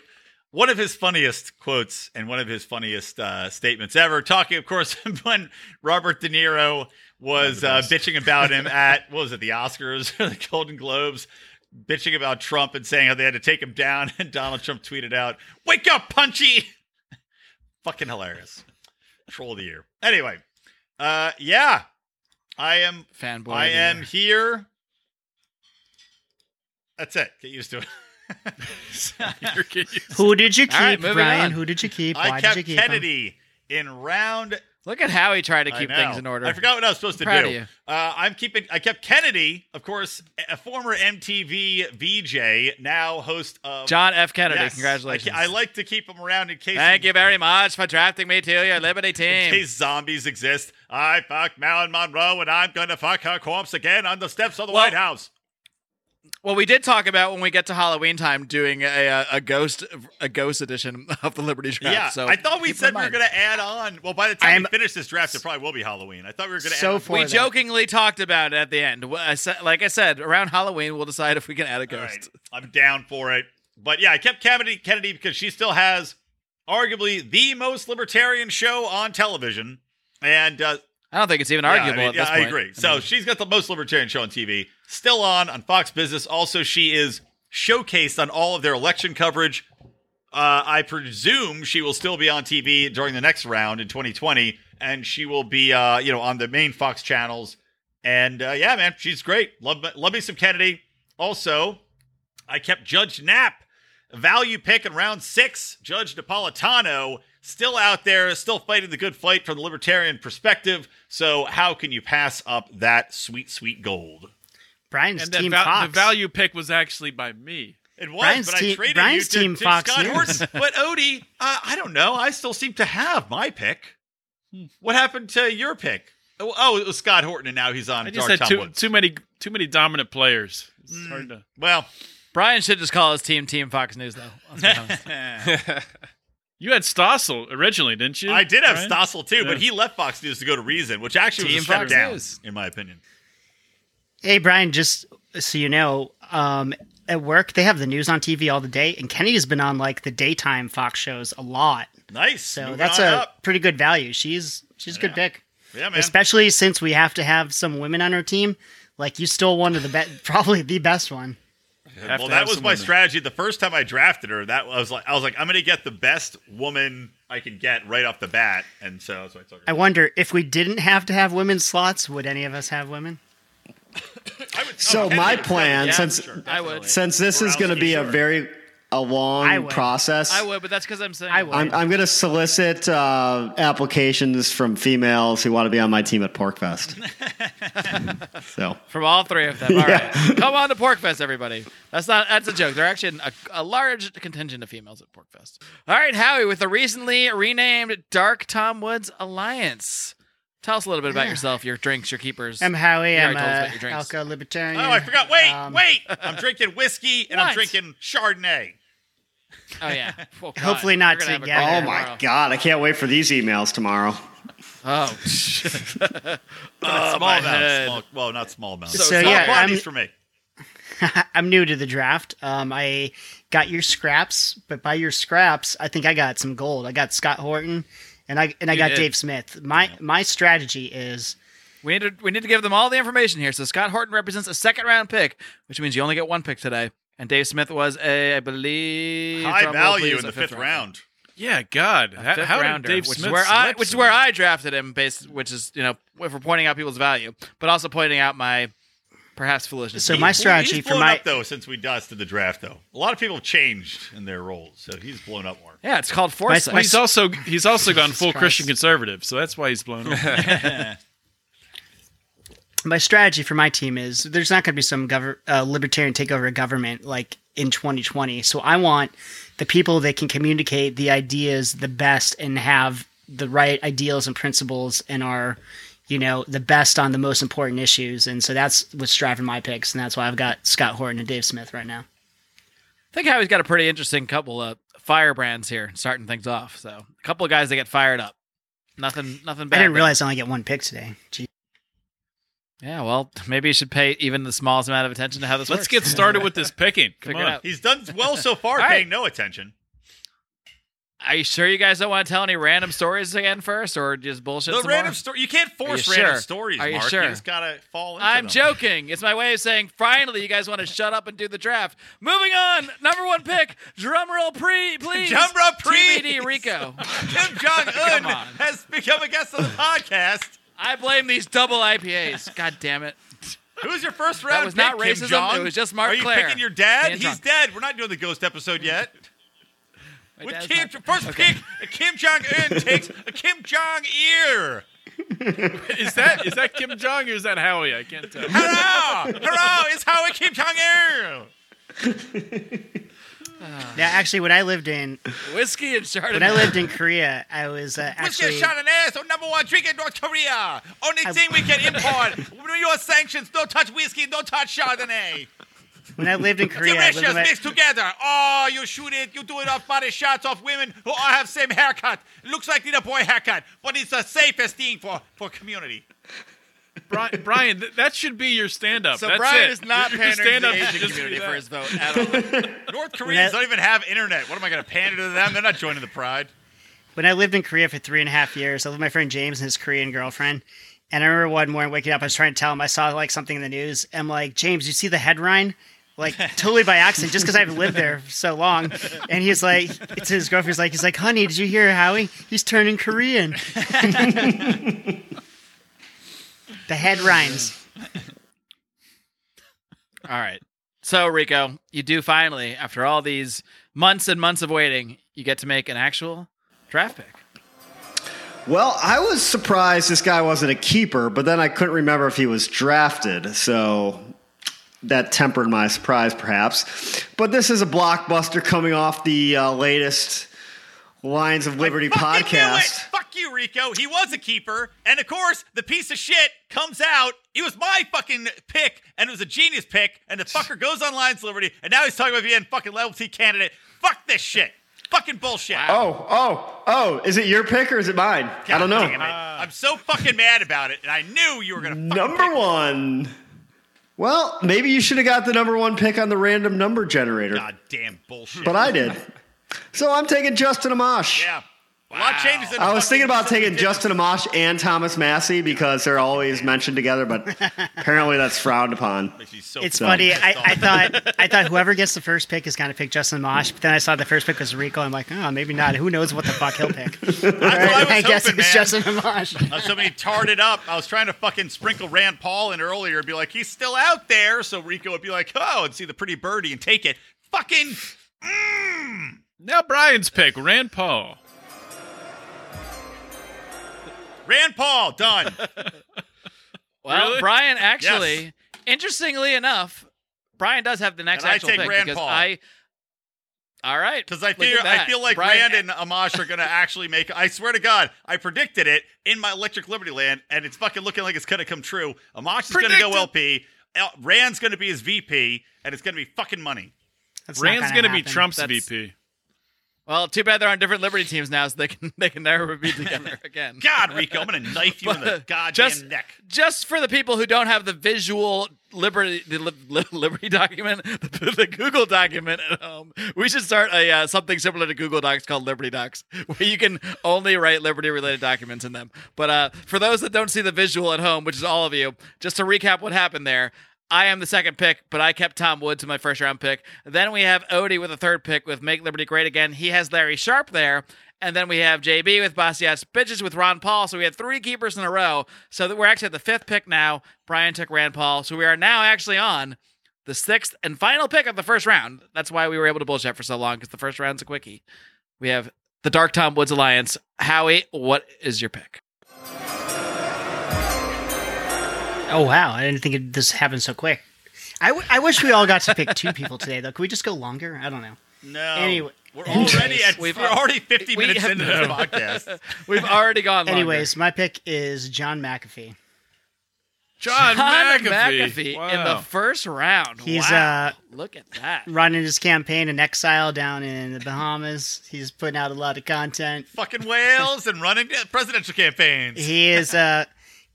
Speaker 3: One of his funniest quotes and one of his funniest uh, statements ever. Talking, of course, when Robert De Niro was uh, bitching about him at, what was it, the Oscars or the Golden Globes. bitching about Trump and saying how they had to take him down, and Donald Trump tweeted out, "Wake up, Punchy!" Fucking hilarious. Troll of the year. Anyway, uh, yeah, I am.
Speaker 1: Fanboy.
Speaker 3: I
Speaker 1: of the
Speaker 3: am
Speaker 1: year.
Speaker 3: here. That's it. Get used to it.
Speaker 4: You're kidding.
Speaker 5: Who did you keep,
Speaker 1: All right, moving
Speaker 5: Brian?
Speaker 1: on.
Speaker 5: Who did you keep?
Speaker 3: I
Speaker 5: Why
Speaker 3: kept
Speaker 5: did you keep him?
Speaker 3: Kennedy in round
Speaker 1: Look at how he tried to
Speaker 3: I
Speaker 1: keep
Speaker 3: know.
Speaker 1: things in order.
Speaker 3: I forgot what I was supposed to
Speaker 1: Proud
Speaker 3: do.
Speaker 1: of you.
Speaker 3: Uh, I'm keeping. I kept Kennedy, of course, a- a former MTV VJ, now host of.
Speaker 1: John F. Kennedy,
Speaker 3: Yes.
Speaker 1: congratulations.
Speaker 3: I, I like to keep him around in case.
Speaker 1: Thank you very much for drafting me to your Liberty
Speaker 3: In
Speaker 1: team.
Speaker 3: case zombies exist, I fucked Marilyn Monroe, and I'm gonna fuck her corpse again on the steps of the
Speaker 1: Well-
Speaker 3: White House.
Speaker 1: Well, we did talk about when we get to Halloween time doing a a, a ghost a ghost edition of the Liberty Draft.
Speaker 3: yeah,
Speaker 1: so
Speaker 3: I thought we
Speaker 1: keep in
Speaker 3: said we were
Speaker 1: mind.
Speaker 3: gonna add on. Well, by the time we
Speaker 5: I'm-
Speaker 3: finish this draft, it probably will be Halloween. I thought we were gonna.
Speaker 5: So
Speaker 3: add on-
Speaker 5: far-
Speaker 1: We
Speaker 5: for that.
Speaker 1: jokingly talked about it at the end. Well, I said- Like I said, around Halloween we'll decide if we can add a
Speaker 3: All
Speaker 1: ghost.
Speaker 3: right. I'm down for it. But yeah, I kept Kennedy Kennedy because she still has arguably the most libertarian show on television. And uh,
Speaker 1: I don't think it's even
Speaker 3: yeah, I
Speaker 1: arguable
Speaker 3: mean,
Speaker 1: at
Speaker 3: yeah,
Speaker 1: this
Speaker 3: I,
Speaker 1: point.
Speaker 3: agree.
Speaker 1: mean,
Speaker 3: So she's got the most libertarian show on TV, still on on Fox Business. Also, she is showcased on all of their election coverage. Uh, I presume she will still be on TV during the next round in 2020, and she will be, uh, you know, on the main Fox channels. And uh, yeah, man, she's great. Love, love me some Kennedy. Also, I kept Judge Knapp, value pick in round six. Judge Napolitano still out there, still fighting the good fight from the libertarian perspective. So how can you pass up that sweet, sweet gold?
Speaker 5: Brian's
Speaker 4: And that
Speaker 5: team
Speaker 4: val-
Speaker 5: Fox.
Speaker 4: the value pick was actually by me.
Speaker 3: It was,
Speaker 5: Brian's
Speaker 3: but I
Speaker 5: team-
Speaker 3: traded
Speaker 5: Brian's
Speaker 3: you to,
Speaker 5: team
Speaker 3: to
Speaker 5: Fox
Speaker 3: Scott
Speaker 5: News.
Speaker 3: Horton. But Odie, uh, I don't know. I still seem to have my pick. What happened to your pick? Oh, oh, it was Scott Horton, and now he's on
Speaker 4: I just
Speaker 3: Dark
Speaker 4: had
Speaker 3: Tom
Speaker 4: too,
Speaker 3: Woods.
Speaker 4: too many too many dominant players. It's hard to.
Speaker 3: Well,
Speaker 1: Brian should just call his team Team Fox News, though. Let's be honest.
Speaker 4: You had Stossel originally, didn't you?
Speaker 3: I did have
Speaker 4: Brian?
Speaker 3: Stossel too, but
Speaker 4: Yeah.
Speaker 3: he left Fox News to go to Reason, which actually
Speaker 1: Team
Speaker 3: was a step
Speaker 1: Fox
Speaker 3: down,
Speaker 1: News.
Speaker 3: in my opinion.
Speaker 5: Hey, Brian, just so you know, um, at work, they have the news on TV all the day, and Kennedy's been on like the daytime Fox shows a lot.
Speaker 3: Nice.
Speaker 5: So
Speaker 3: Moving
Speaker 5: that's
Speaker 3: on
Speaker 5: a
Speaker 3: up.
Speaker 5: pretty good value. She's she's a good pick,
Speaker 3: yeah, man.
Speaker 5: especially since we have to have some women on our team. Like you stole one of the be- probably the best one.
Speaker 4: Have
Speaker 3: well,
Speaker 4: to
Speaker 3: that
Speaker 4: have
Speaker 3: was
Speaker 4: some
Speaker 3: my
Speaker 4: women.
Speaker 3: strategy. The first time I drafted her, that I was like, I was like, I'm gonna get the best woman I can get right off the bat, and so that's why I took her.
Speaker 5: I wonder if we didn't have to have women slots, would any of us have women?
Speaker 3: I would-
Speaker 6: So
Speaker 3: okay.
Speaker 6: my plan,
Speaker 1: Yeah,
Speaker 6: since
Speaker 1: sure, I would.
Speaker 6: since this is going to be a
Speaker 3: Sure.
Speaker 6: very a
Speaker 5: I
Speaker 6: long
Speaker 5: would.
Speaker 6: process,
Speaker 1: I would, but that's because I'm saying
Speaker 5: I would.
Speaker 6: I'm, I'm going to solicit uh, applications from females who want to be on my team at Porkfest. so oh
Speaker 1: from all three of them. All right,
Speaker 6: Yeah.
Speaker 1: come on to Porkfest, everybody. That's not that's a joke. They're actually a, a large contingent of females at Porkfest. All right, Howie, with the recently renamed Dark Tom Woods Alliance, tell us a little bit about yourself, your drinks, your keepers.
Speaker 5: I'm Howie.
Speaker 1: You already
Speaker 5: I'm
Speaker 1: told us
Speaker 5: a
Speaker 1: about your drinks.
Speaker 5: alco libertarian.
Speaker 3: Oh, I forgot. Wait,
Speaker 5: Um,
Speaker 3: wait. I'm drinking whiskey and I'm
Speaker 1: What?
Speaker 3: drinking Chardonnay.
Speaker 1: Oh yeah. Oh, God.
Speaker 5: Hopefully not
Speaker 1: We're gonna have a
Speaker 5: together.
Speaker 1: great
Speaker 6: oh
Speaker 1: day
Speaker 6: my
Speaker 1: tomorrow.
Speaker 6: god, I can't wait for these emails tomorrow.
Speaker 1: Oh. shit.
Speaker 3: But small
Speaker 1: my
Speaker 3: amounts.
Speaker 1: head.
Speaker 3: Oh, Small, well, not small amounts.
Speaker 1: So
Speaker 3: small
Speaker 1: yeah, I'm-
Speaker 3: quantities for me.
Speaker 5: I'm new to the draft. Um, I got your scraps, but by your scraps, I think I got some gold. I got Scott Horton, and I and I got
Speaker 4: did.
Speaker 5: Dave Smith. My my strategy is
Speaker 1: We need to we need to give them all the information here. So Scott Horton represents a second round pick, which means you only get one pick today. And Dave Smith was a, I believe,
Speaker 3: High
Speaker 1: drum roll,
Speaker 3: value
Speaker 1: please,
Speaker 3: in
Speaker 1: a
Speaker 3: the fifth round.
Speaker 4: Yeah, God, how,
Speaker 1: fifth
Speaker 4: how
Speaker 1: rounder,
Speaker 4: did Dave
Speaker 1: which
Speaker 4: Smith
Speaker 1: is where I
Speaker 4: slip
Speaker 1: which is
Speaker 4: so
Speaker 1: where
Speaker 4: much?
Speaker 1: I drafted him based which is, you know, if we're pointing out people's value, but also pointing out my perhaps foolishness.
Speaker 5: so my strategy
Speaker 3: he's
Speaker 5: for
Speaker 3: blown
Speaker 5: my
Speaker 3: up though since we dusted the draft though. A lot of people have changed in their roles, so he's blown up more.
Speaker 1: Yeah, it's called foresight.
Speaker 5: my-
Speaker 4: He's also he's also gone
Speaker 5: Jesus
Speaker 4: full
Speaker 5: Christ.
Speaker 4: Christian conservative, so that's why he's blown up.
Speaker 5: my strategy for my team is there's not going to be some gov- uh, libertarian takeover of government like in 2020. So I want the people that can communicate the ideas the best and have the right ideals and principles and are, you know, the best on the most important issues. And so that's what's driving my picks. And that's why I've got Scott Horton and Dave Smith right now.
Speaker 1: I think Howie's got a pretty interesting couple of firebrands here starting things off. So a couple of guys that get fired up. Nothing nothing bad.
Speaker 5: I didn't
Speaker 1: there.
Speaker 5: realize I only get one pick today. Gee.
Speaker 1: Yeah, well, maybe you should pay even the smallest amount of attention to how this
Speaker 4: Let's
Speaker 1: works.
Speaker 4: get started with this picking. Come
Speaker 1: Figure it
Speaker 4: on.
Speaker 1: out.
Speaker 3: He's done well so far,
Speaker 1: All right.
Speaker 3: paying no attention.
Speaker 1: Are you sure you guys don't want to tell any random stories again first, or just bullshit?
Speaker 3: The
Speaker 1: some
Speaker 3: random
Speaker 1: more?
Speaker 3: story. You can't force
Speaker 1: you
Speaker 3: random
Speaker 1: sure?
Speaker 3: stories,
Speaker 1: Are you
Speaker 3: Mark.
Speaker 1: sure?
Speaker 3: just gotta fall into
Speaker 1: I'm
Speaker 3: them.
Speaker 1: joking. It's my way of saying finally you guys want to shut up and do the draft. Moving on, number one pick, drumroll pre, please.
Speaker 3: Drumroll,
Speaker 1: TBD
Speaker 3: please.
Speaker 1: Rico.
Speaker 3: Kim Jong Un
Speaker 1: Come on.
Speaker 3: has become a guest on the podcast.
Speaker 1: I blame these double IPAs. God damn it.
Speaker 3: Who's your first round?
Speaker 1: was not
Speaker 3: pick, Kim
Speaker 1: racism.
Speaker 3: Jong?
Speaker 1: It was just Mark
Speaker 3: Are you
Speaker 1: Clare.
Speaker 3: picking your dad?
Speaker 1: Hand
Speaker 3: He's
Speaker 1: drunk.
Speaker 3: dead. We're not doing the ghost episode yet.
Speaker 1: My
Speaker 3: With
Speaker 1: dad's
Speaker 3: Kim,
Speaker 1: not-
Speaker 3: first pick, a Kim Jong Un takes a Kim Jong ear.
Speaker 4: Is that is that Kim Jong or is that Howie? I can't tell.
Speaker 3: Hello, hello, it's Howard Kim Jong Un.
Speaker 5: Now, actually, when I lived in
Speaker 1: whiskey and Chardonnay.
Speaker 5: when I lived in Korea, I was uh,
Speaker 3: Let's get
Speaker 5: actually
Speaker 3: shot an ass on number one drink in North Korea. Only thing we can import. When your sanctions, don't touch whiskey, don't touch Chardonnay.
Speaker 5: when I lived in Korea. I lived
Speaker 3: Delicious
Speaker 5: with my-
Speaker 3: mixed together. Oh, you shoot it, you do it off body shots of women who all have same haircut. Looks like little boy haircut, but it's the safest thing for, for community.
Speaker 4: Brian, Brian th- that should be your stand up.
Speaker 1: so
Speaker 4: That's
Speaker 1: Brian
Speaker 4: it.
Speaker 1: is not
Speaker 4: Your- your
Speaker 1: pandering to
Speaker 4: stand-up
Speaker 1: the
Speaker 4: should
Speaker 1: Asian
Speaker 4: just be
Speaker 1: community
Speaker 4: that.
Speaker 1: for his vote at all.
Speaker 3: North Koreans
Speaker 5: that-
Speaker 3: don't even have internet. What am I going to pander to them? They're not joining the pride.
Speaker 5: when I lived in Korea for three and a half years, I lived with my friend James and his Korean girlfriend. And I remember one morning waking up, I was trying to tell him I saw like something in the news. I'm like, James, you see the headline? Like totally by accident, just because I've lived there for so long. And he's like, it's his girlfriend's like, he's like, honey, did you hear Howie? He's turning Korean. the headlines.
Speaker 1: All right. So Rico, you do finally, after all these months and months of waiting, you get to make an actual draft pick.
Speaker 6: Well, I was surprised this guy wasn't a keeper, but then I couldn't remember if he was drafted, so that tempered my surprise perhaps. But this is a blockbuster coming off the uh, latest Lions of Liberty
Speaker 3: Fucking knew it!
Speaker 6: podcast.
Speaker 3: Fuck you, Rico. He was a keeper. And of course, the piece of shit comes out. It was my fucking pick, and it was a genius pick, and the fucker goes on Lions Liberty, and now he's talking about being a fucking level T candidate. Fuck this shit. Fucking bullshit.
Speaker 6: Oh, oh, oh, is it your pick or is it mine? I don't
Speaker 3: Damn it.
Speaker 6: know.
Speaker 3: I'm so fucking mad about it, and I knew you were gonna fucking pick
Speaker 6: Number
Speaker 3: me.
Speaker 6: one. Well, maybe you should have got the number one pick on the random number generator,
Speaker 3: Goddamn bullshit.
Speaker 6: but I did. So I'm taking Justin Amash.
Speaker 3: yeah. A lot changes. In
Speaker 6: I was
Speaker 3: fucking-
Speaker 6: thinking about taking Justin Amash and Thomas Massey because they're always mentioned together, but apparently that's frowned upon.
Speaker 3: She's so
Speaker 5: It's
Speaker 6: So-
Speaker 5: funny. I, I thought I thought whoever gets the first pick is gonna pick Justin Mosh, but then I saw the first pick was Rico. I'm like, oh, maybe not. Who knows what the fuck he'll pick?
Speaker 3: That's what I was
Speaker 5: I guess
Speaker 3: hoping,
Speaker 5: it was
Speaker 3: man.
Speaker 5: Justin Amash.
Speaker 3: Uh, somebody tarred it up. I was trying to fucking sprinkle Rand Paul in earlier and be like, he's still out there. So Rico would be like, oh, and see the pretty birdie and take it. Fucking.
Speaker 4: Now Brian's pick, Rand Paul.
Speaker 3: Rand Paul, done.
Speaker 1: Well,
Speaker 4: Really?
Speaker 1: Brian actually, interestingly enough, Brian does have the next
Speaker 3: And I
Speaker 1: actual
Speaker 3: take
Speaker 1: pick
Speaker 3: Rand
Speaker 1: because
Speaker 3: Paul.
Speaker 1: I. All right,
Speaker 3: Because I
Speaker 1: look
Speaker 3: feel
Speaker 1: at
Speaker 3: I
Speaker 1: that.
Speaker 3: feel like
Speaker 1: Brian,
Speaker 3: Rand and Amash are gonna actually make. I swear to God, I predicted it in my Electric Liberty Land, and it's fucking looking like it's gonna come true. Amash is gonna go
Speaker 4: Predicted.
Speaker 3: LP. El- Rand's gonna be his VP, and it's gonna be fucking money.
Speaker 5: That's not
Speaker 4: Rand's
Speaker 5: gonna
Speaker 4: gonna be
Speaker 5: happen.
Speaker 4: Trump's
Speaker 1: That's-
Speaker 4: VP.
Speaker 1: Well, too bad they're on different Liberty teams now, so they can they can never be together again.
Speaker 3: God, Rico, I'm gonna knife you in the goddamn
Speaker 1: just-
Speaker 3: neck.
Speaker 1: Just for the people who don't have the visual Liberty the li- li- Liberty document, the, the Google document at home, we should start a uh, something similar to Google Docs called Liberty Docs, where you can only write Liberty related documents in them. But uh, for those that don't see the visual at home, which is all of you, just to recap what happened there. I am the second pick, but I kept Tom Woods in my first round pick. Then we have Odie with a third pick with Make Liberty Great Again. He has Larry Sharp there. And then we have JB with Bastiat's Bitches with Ron Paul. So we had three keepers in a row. So that we're actually at the fifth pick now. Brian took Rand Paul. So we are now actually on the sixth and final pick of the first round. That's why we were able to bullshit for so long because the first round's a quickie. We have the Dark Tom Woods Alliance. Howie, what is your pick?
Speaker 5: Oh wow! I didn't think it, this happened so quick. I, w- I wish we all got to pick two people today though. Can we just go longer? I don't know.
Speaker 3: No.
Speaker 5: Anyway-
Speaker 3: Oh, we're already at,
Speaker 1: We've-
Speaker 3: we're already 50
Speaker 1: we
Speaker 3: minutes
Speaker 1: have-
Speaker 3: into this podcast.
Speaker 1: We've already gone. longer.
Speaker 5: Anyways, my pick is John McAfee.
Speaker 4: John,
Speaker 1: John
Speaker 4: McAfee,
Speaker 1: McAfee
Speaker 4: Wow.
Speaker 1: in the first round.
Speaker 5: He's,
Speaker 1: wow.
Speaker 5: uh,
Speaker 1: look at that.
Speaker 5: Running his campaign in exile down in the Bahamas. He's putting out a lot of content.
Speaker 3: fucking whales and running presidential campaigns.
Speaker 5: He is uh,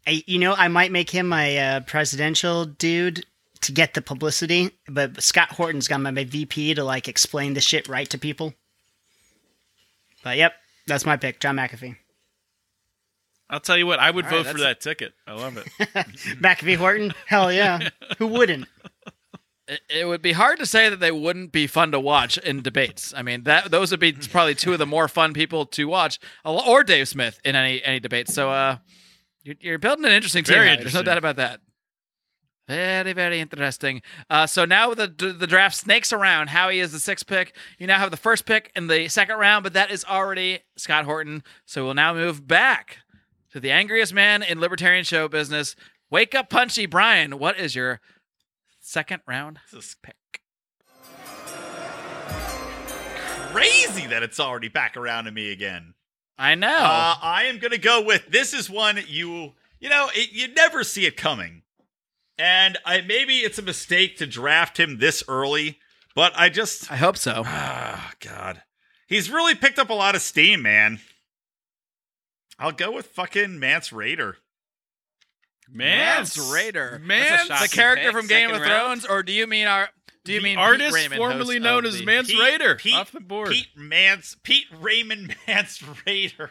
Speaker 5: I, you know, I might make him my uh, presidential dude to get the publicity, but Scott Horton's got my my VP to like explain the shit right to people. But yep, that's my pick, John McAfee.
Speaker 4: I'll tell you what, I would
Speaker 1: All right,
Speaker 4: vote for that
Speaker 1: that's-
Speaker 4: ticket. I love it.
Speaker 5: McAfee Horton? Hell yeah. Who wouldn't?
Speaker 1: It, it would be hard to say that they wouldn't be fun to watch in debates. I mean, that those would be probably two of the more fun people to watch, al- or Dave Smith in any any debate. So, uh, you're, you're building an interesting team.
Speaker 4: Very
Speaker 1: Howard. There's no
Speaker 4: interesting.
Speaker 1: doubt about that. Very, very interesting. Uh, so now the the draft snakes around. Howie is the sixth pick. You now have the first pick in the second round, but that is already Scott Horton. So we'll now move back to the angriest man in libertarian show business. Wake up, punchy Brian. What is your second round pick?
Speaker 3: Crazy that it's already back around to me again.
Speaker 1: I know.
Speaker 4: Oh.
Speaker 3: Uh, I am going to go with this is one you you know it, you never see it coming, and I maybe it's a mistake to draft him this early, but I just
Speaker 1: I hope so.
Speaker 3: ah God, he's really picked up a lot of steam, man. I'll go with fucking Mance Raider.
Speaker 4: Mance
Speaker 1: Raider.
Speaker 4: Mance,
Speaker 1: the character from Game of Thrones, or do you mean our? Do you
Speaker 4: the
Speaker 1: mean Pete
Speaker 4: artist
Speaker 1: Raymond,
Speaker 4: formerly
Speaker 1: host
Speaker 4: known
Speaker 1: of
Speaker 4: as
Speaker 1: the-
Speaker 4: Mance
Speaker 3: Pete-
Speaker 4: Raider.
Speaker 3: Pete-
Speaker 4: off the board.
Speaker 3: Pete Mance, Pete Raymond Mance Raider.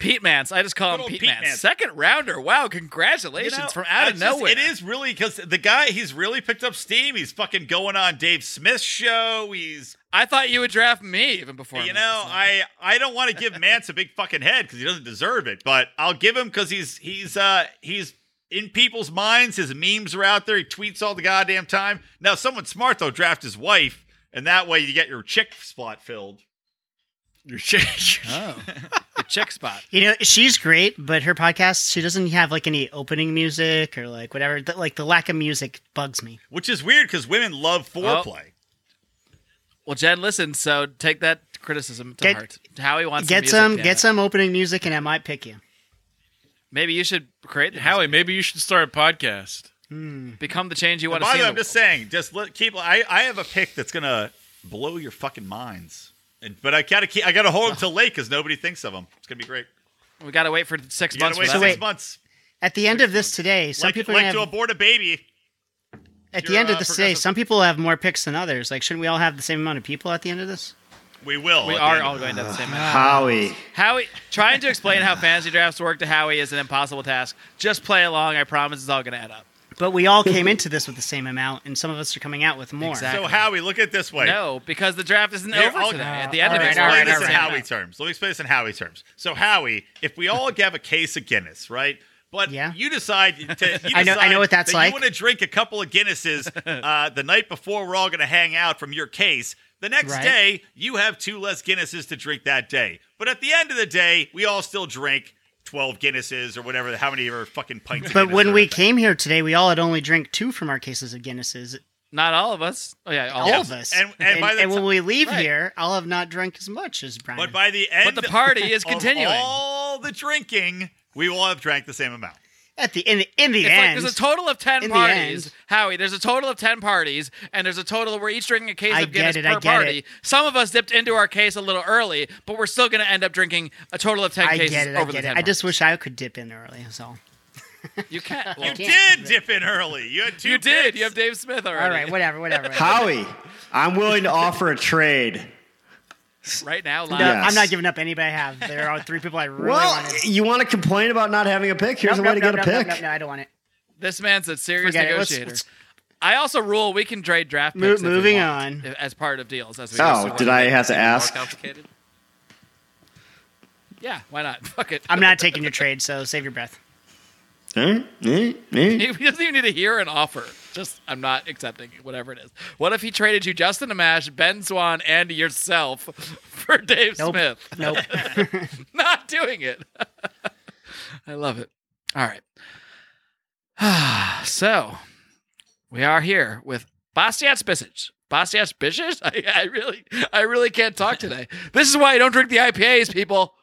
Speaker 1: Pete Mance? I just call
Speaker 3: Good
Speaker 1: him
Speaker 3: old
Speaker 1: Pete,
Speaker 3: Pete
Speaker 1: Mance.
Speaker 3: Mance.
Speaker 1: Second rounder. Wow,
Speaker 3: You
Speaker 1: congratulations
Speaker 3: know,
Speaker 1: from out
Speaker 3: I
Speaker 1: of
Speaker 3: just-
Speaker 1: nowhere.
Speaker 3: it is really because the guy he's really picked up steam. He's fucking going on Dave Smith's show. He's
Speaker 1: I thought you would draft me even before. Mance.
Speaker 3: you know I I don't want to give Mance a big fucking head because he doesn't deserve it, but I'll give him because he's he's uh he's in people's minds. His memes are out there. He tweets all the goddamn time. Now someone smart though draft his wife, and that way you get your chick spot filled.
Speaker 4: Your shit.
Speaker 1: Oh, the chick spot.
Speaker 5: You know, she's great, but her podcast, she doesn't have like any opening music or like whatever. Th- Like the lack of music bugs me.
Speaker 3: Which is weird because women love foreplay.
Speaker 1: Well, Jen, listen. So take that criticism to
Speaker 5: Get-
Speaker 1: heart. Howie wants
Speaker 5: Get
Speaker 1: music,
Speaker 5: some,
Speaker 1: damn
Speaker 5: get
Speaker 1: it.
Speaker 5: some opening music, and I might pick you.
Speaker 1: Maybe you should create the
Speaker 4: Howie, maybe you should start a podcast.
Speaker 1: become the change you want to
Speaker 3: By
Speaker 1: see. in
Speaker 3: the way,
Speaker 1: the
Speaker 3: I'm just saying, just let, keep. I, I have a pick that's gonna blow your fucking minds, and, but I gotta keep. I gotta hold him till late because nobody thinks of him. It's gonna be great.
Speaker 1: world. we got to wait for six
Speaker 3: You
Speaker 1: months.
Speaker 3: gotta
Speaker 1: for
Speaker 3: wait six
Speaker 1: that.
Speaker 5: wait.
Speaker 3: months.
Speaker 5: At the end of this today, some
Speaker 3: like
Speaker 5: people are
Speaker 3: like
Speaker 5: gonna
Speaker 3: to
Speaker 5: have,
Speaker 3: abort a baby.
Speaker 5: at the
Speaker 3: your,
Speaker 5: end of
Speaker 3: uh,
Speaker 5: this today,
Speaker 3: progressive-
Speaker 5: some people have more picks than others. Like, shouldn't we all have the same amount of people at the end of this?
Speaker 3: We will.
Speaker 1: We
Speaker 3: at the
Speaker 1: are
Speaker 3: end of
Speaker 1: all going to the
Speaker 5: Ah.
Speaker 1: same.
Speaker 6: Howie.
Speaker 1: Howie, trying to explain how fantasy drafts work to Howie is an impossible task. Just play along. I promise it's all going to add up.
Speaker 5: But we all came into this with the same amount, and some of us are coming out with more.
Speaker 1: Exactly.
Speaker 3: So Howie, look at it this way.
Speaker 1: No, because the draft isn't
Speaker 3: Here,
Speaker 1: over
Speaker 3: I'll-
Speaker 1: today. At the end
Speaker 5: all
Speaker 1: of
Speaker 5: right,
Speaker 1: it, it's
Speaker 3: Let me
Speaker 5: all
Speaker 1: already
Speaker 3: explain
Speaker 1: the
Speaker 3: this
Speaker 5: right, all
Speaker 3: in
Speaker 1: same
Speaker 5: right.
Speaker 3: Howie terms. Let me explain this in Howie terms. So Howie, if we all have a case of Guinness, right? But
Speaker 5: Yeah.
Speaker 3: you decide to. You decide
Speaker 5: I know- I know what that's
Speaker 3: that
Speaker 5: like.
Speaker 3: You want to drink a couple of Guinnesses uh, the night before we're all going to hang out from your case. The next
Speaker 5: Right.
Speaker 3: day, you have two less Guinnesses to drink that day. But at the end of the day, we all still drink twelve Guinnesses or whatever. How many are fucking pints? of
Speaker 5: But
Speaker 3: Guinness
Speaker 5: when
Speaker 3: are
Speaker 5: we
Speaker 3: in
Speaker 5: came here today, we all had only drank two from our cases of Guinnesses.
Speaker 1: Not all of us. Oh yeah, all
Speaker 5: All
Speaker 1: of
Speaker 5: of
Speaker 1: us.
Speaker 5: us.
Speaker 3: And- and by the
Speaker 5: when
Speaker 3: ti-
Speaker 5: we leave
Speaker 1: Right.
Speaker 5: here, I'll have not drunk as much as Brian.
Speaker 3: But by the end,
Speaker 1: But the party is
Speaker 3: of
Speaker 1: continuing.
Speaker 3: all the drinking, we will have drank the same amount.
Speaker 5: at the in the in the
Speaker 1: It's like
Speaker 5: end,
Speaker 1: there's a total of ten
Speaker 5: in the
Speaker 1: parties,
Speaker 5: end-
Speaker 1: Howie. There's a total of ten parties, and there's a total we're each drinking a case
Speaker 5: I
Speaker 1: of Guinness
Speaker 5: get it,
Speaker 1: per
Speaker 5: I get
Speaker 1: party.
Speaker 5: it.
Speaker 1: Some of us dipped into our case a little early, but we're still going to end up drinking a total of ten
Speaker 5: I
Speaker 1: cases
Speaker 5: get it. I
Speaker 1: over the
Speaker 5: get it.
Speaker 1: ten.
Speaker 5: I just
Speaker 1: parties.
Speaker 5: wish I could dip in early. That's all.
Speaker 1: you can't. Well,
Speaker 3: You did
Speaker 5: can't.
Speaker 3: dip in early. You had two.
Speaker 1: you did.
Speaker 3: picks.
Speaker 1: You have Dave Smith already.
Speaker 5: All right, whatever, whatever. whatever.
Speaker 6: Howie, I'm willing to offer a trade.
Speaker 1: Right now, live.
Speaker 5: No,
Speaker 6: Yes.
Speaker 5: I'm not giving up anybody I have. There are three people I really
Speaker 6: well,
Speaker 5: want to.
Speaker 6: you want to complain about not having a pick? Here's
Speaker 5: Nope, nope, nope,
Speaker 6: a way to
Speaker 5: nope,
Speaker 6: get a
Speaker 5: nope,
Speaker 6: pick.
Speaker 5: nope, no, I don't want it.
Speaker 1: This man's a serious
Speaker 5: Forget it. Let's-
Speaker 1: negotiator.
Speaker 5: let's-
Speaker 1: I also rule we can trade draft picks.
Speaker 5: Mo-
Speaker 1: if we
Speaker 5: moving
Speaker 1: want,
Speaker 5: on.
Speaker 1: i- as part of deals. As we go
Speaker 6: Oh,
Speaker 1: through.
Speaker 6: did I have to ask?
Speaker 7: More complicated.
Speaker 1: Yeah, why not? Fuck it.
Speaker 5: I'm not taking your trade, so save your breath.
Speaker 6: Eh? Eh? Eh?
Speaker 1: he doesn't even need to hear an offer. Just I'm not accepting it, whatever it is. What if he traded you Justin Amash, Ben Swan, and yourself for Dave
Speaker 5: Nope.
Speaker 1: Smith?
Speaker 5: Nope.
Speaker 1: Not doing it. I love it. All right. so we are here with Bastiat Spisic. Bastiat Spisic? I, I really I really can't talk today. This is why I don't drink the IPAs, people.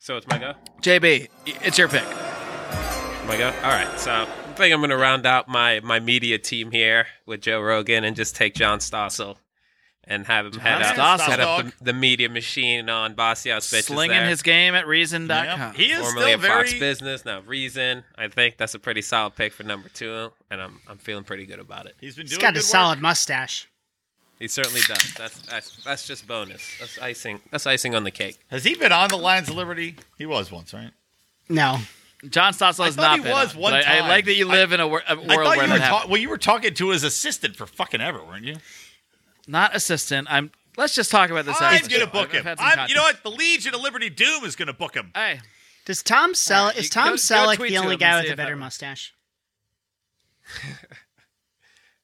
Speaker 4: So it's my go.
Speaker 1: JB, it's your pick.
Speaker 7: Am I go? Oh All right. So I think I'm going to round out my, my media team here with Joe Rogan and just take John Stossel and have him head
Speaker 1: John
Speaker 7: up,
Speaker 1: Stossel.
Speaker 7: head up the, the media machine on Bastiat's bitches.
Speaker 1: Slinging
Speaker 7: there.
Speaker 1: his game at reason.com.
Speaker 3: Yep. He is
Speaker 7: formerly
Speaker 3: still
Speaker 7: at Fox
Speaker 3: very.
Speaker 7: Business, now Reason. I think that's a pretty solid pick for number two, and I'm I'm feeling pretty good about it.
Speaker 3: He's been doing
Speaker 5: He's got
Speaker 3: good work.
Speaker 5: a solid mustache.
Speaker 7: He certainly does. That's that's, that's just bonus. That's icing. That's icing on the cake.
Speaker 3: Has he been on the Lions of Liberty? He was once, right?
Speaker 5: No.
Speaker 1: John Stossel has
Speaker 3: thought
Speaker 1: not
Speaker 3: he
Speaker 1: been
Speaker 3: was
Speaker 1: on,
Speaker 3: one
Speaker 1: but I, I
Speaker 3: time.
Speaker 1: like that you live in a, wor- a world
Speaker 3: I thought
Speaker 1: where
Speaker 3: you
Speaker 1: that
Speaker 3: were
Speaker 1: happens.
Speaker 3: ta- well, you were talking to his assistant for fucking ever, weren't you?
Speaker 1: not assistant. I'm. Let's just talk about this.
Speaker 3: I'm
Speaker 1: after the
Speaker 3: gonna
Speaker 1: show.
Speaker 3: book
Speaker 1: I've- I've
Speaker 3: him.
Speaker 1: had some
Speaker 3: I'm, you know
Speaker 1: content.
Speaker 3: what? The Legion of Liberty Doom is gonna book him.
Speaker 1: Hey,
Speaker 5: Does Tom Sell
Speaker 1: Alright,
Speaker 5: is
Speaker 1: you
Speaker 5: Tom
Speaker 1: go- go
Speaker 5: Selleck
Speaker 1: tweet
Speaker 5: the
Speaker 1: to
Speaker 5: only
Speaker 1: him and
Speaker 5: guy
Speaker 1: see
Speaker 5: with a
Speaker 1: if that
Speaker 5: better
Speaker 1: works.
Speaker 5: mustache?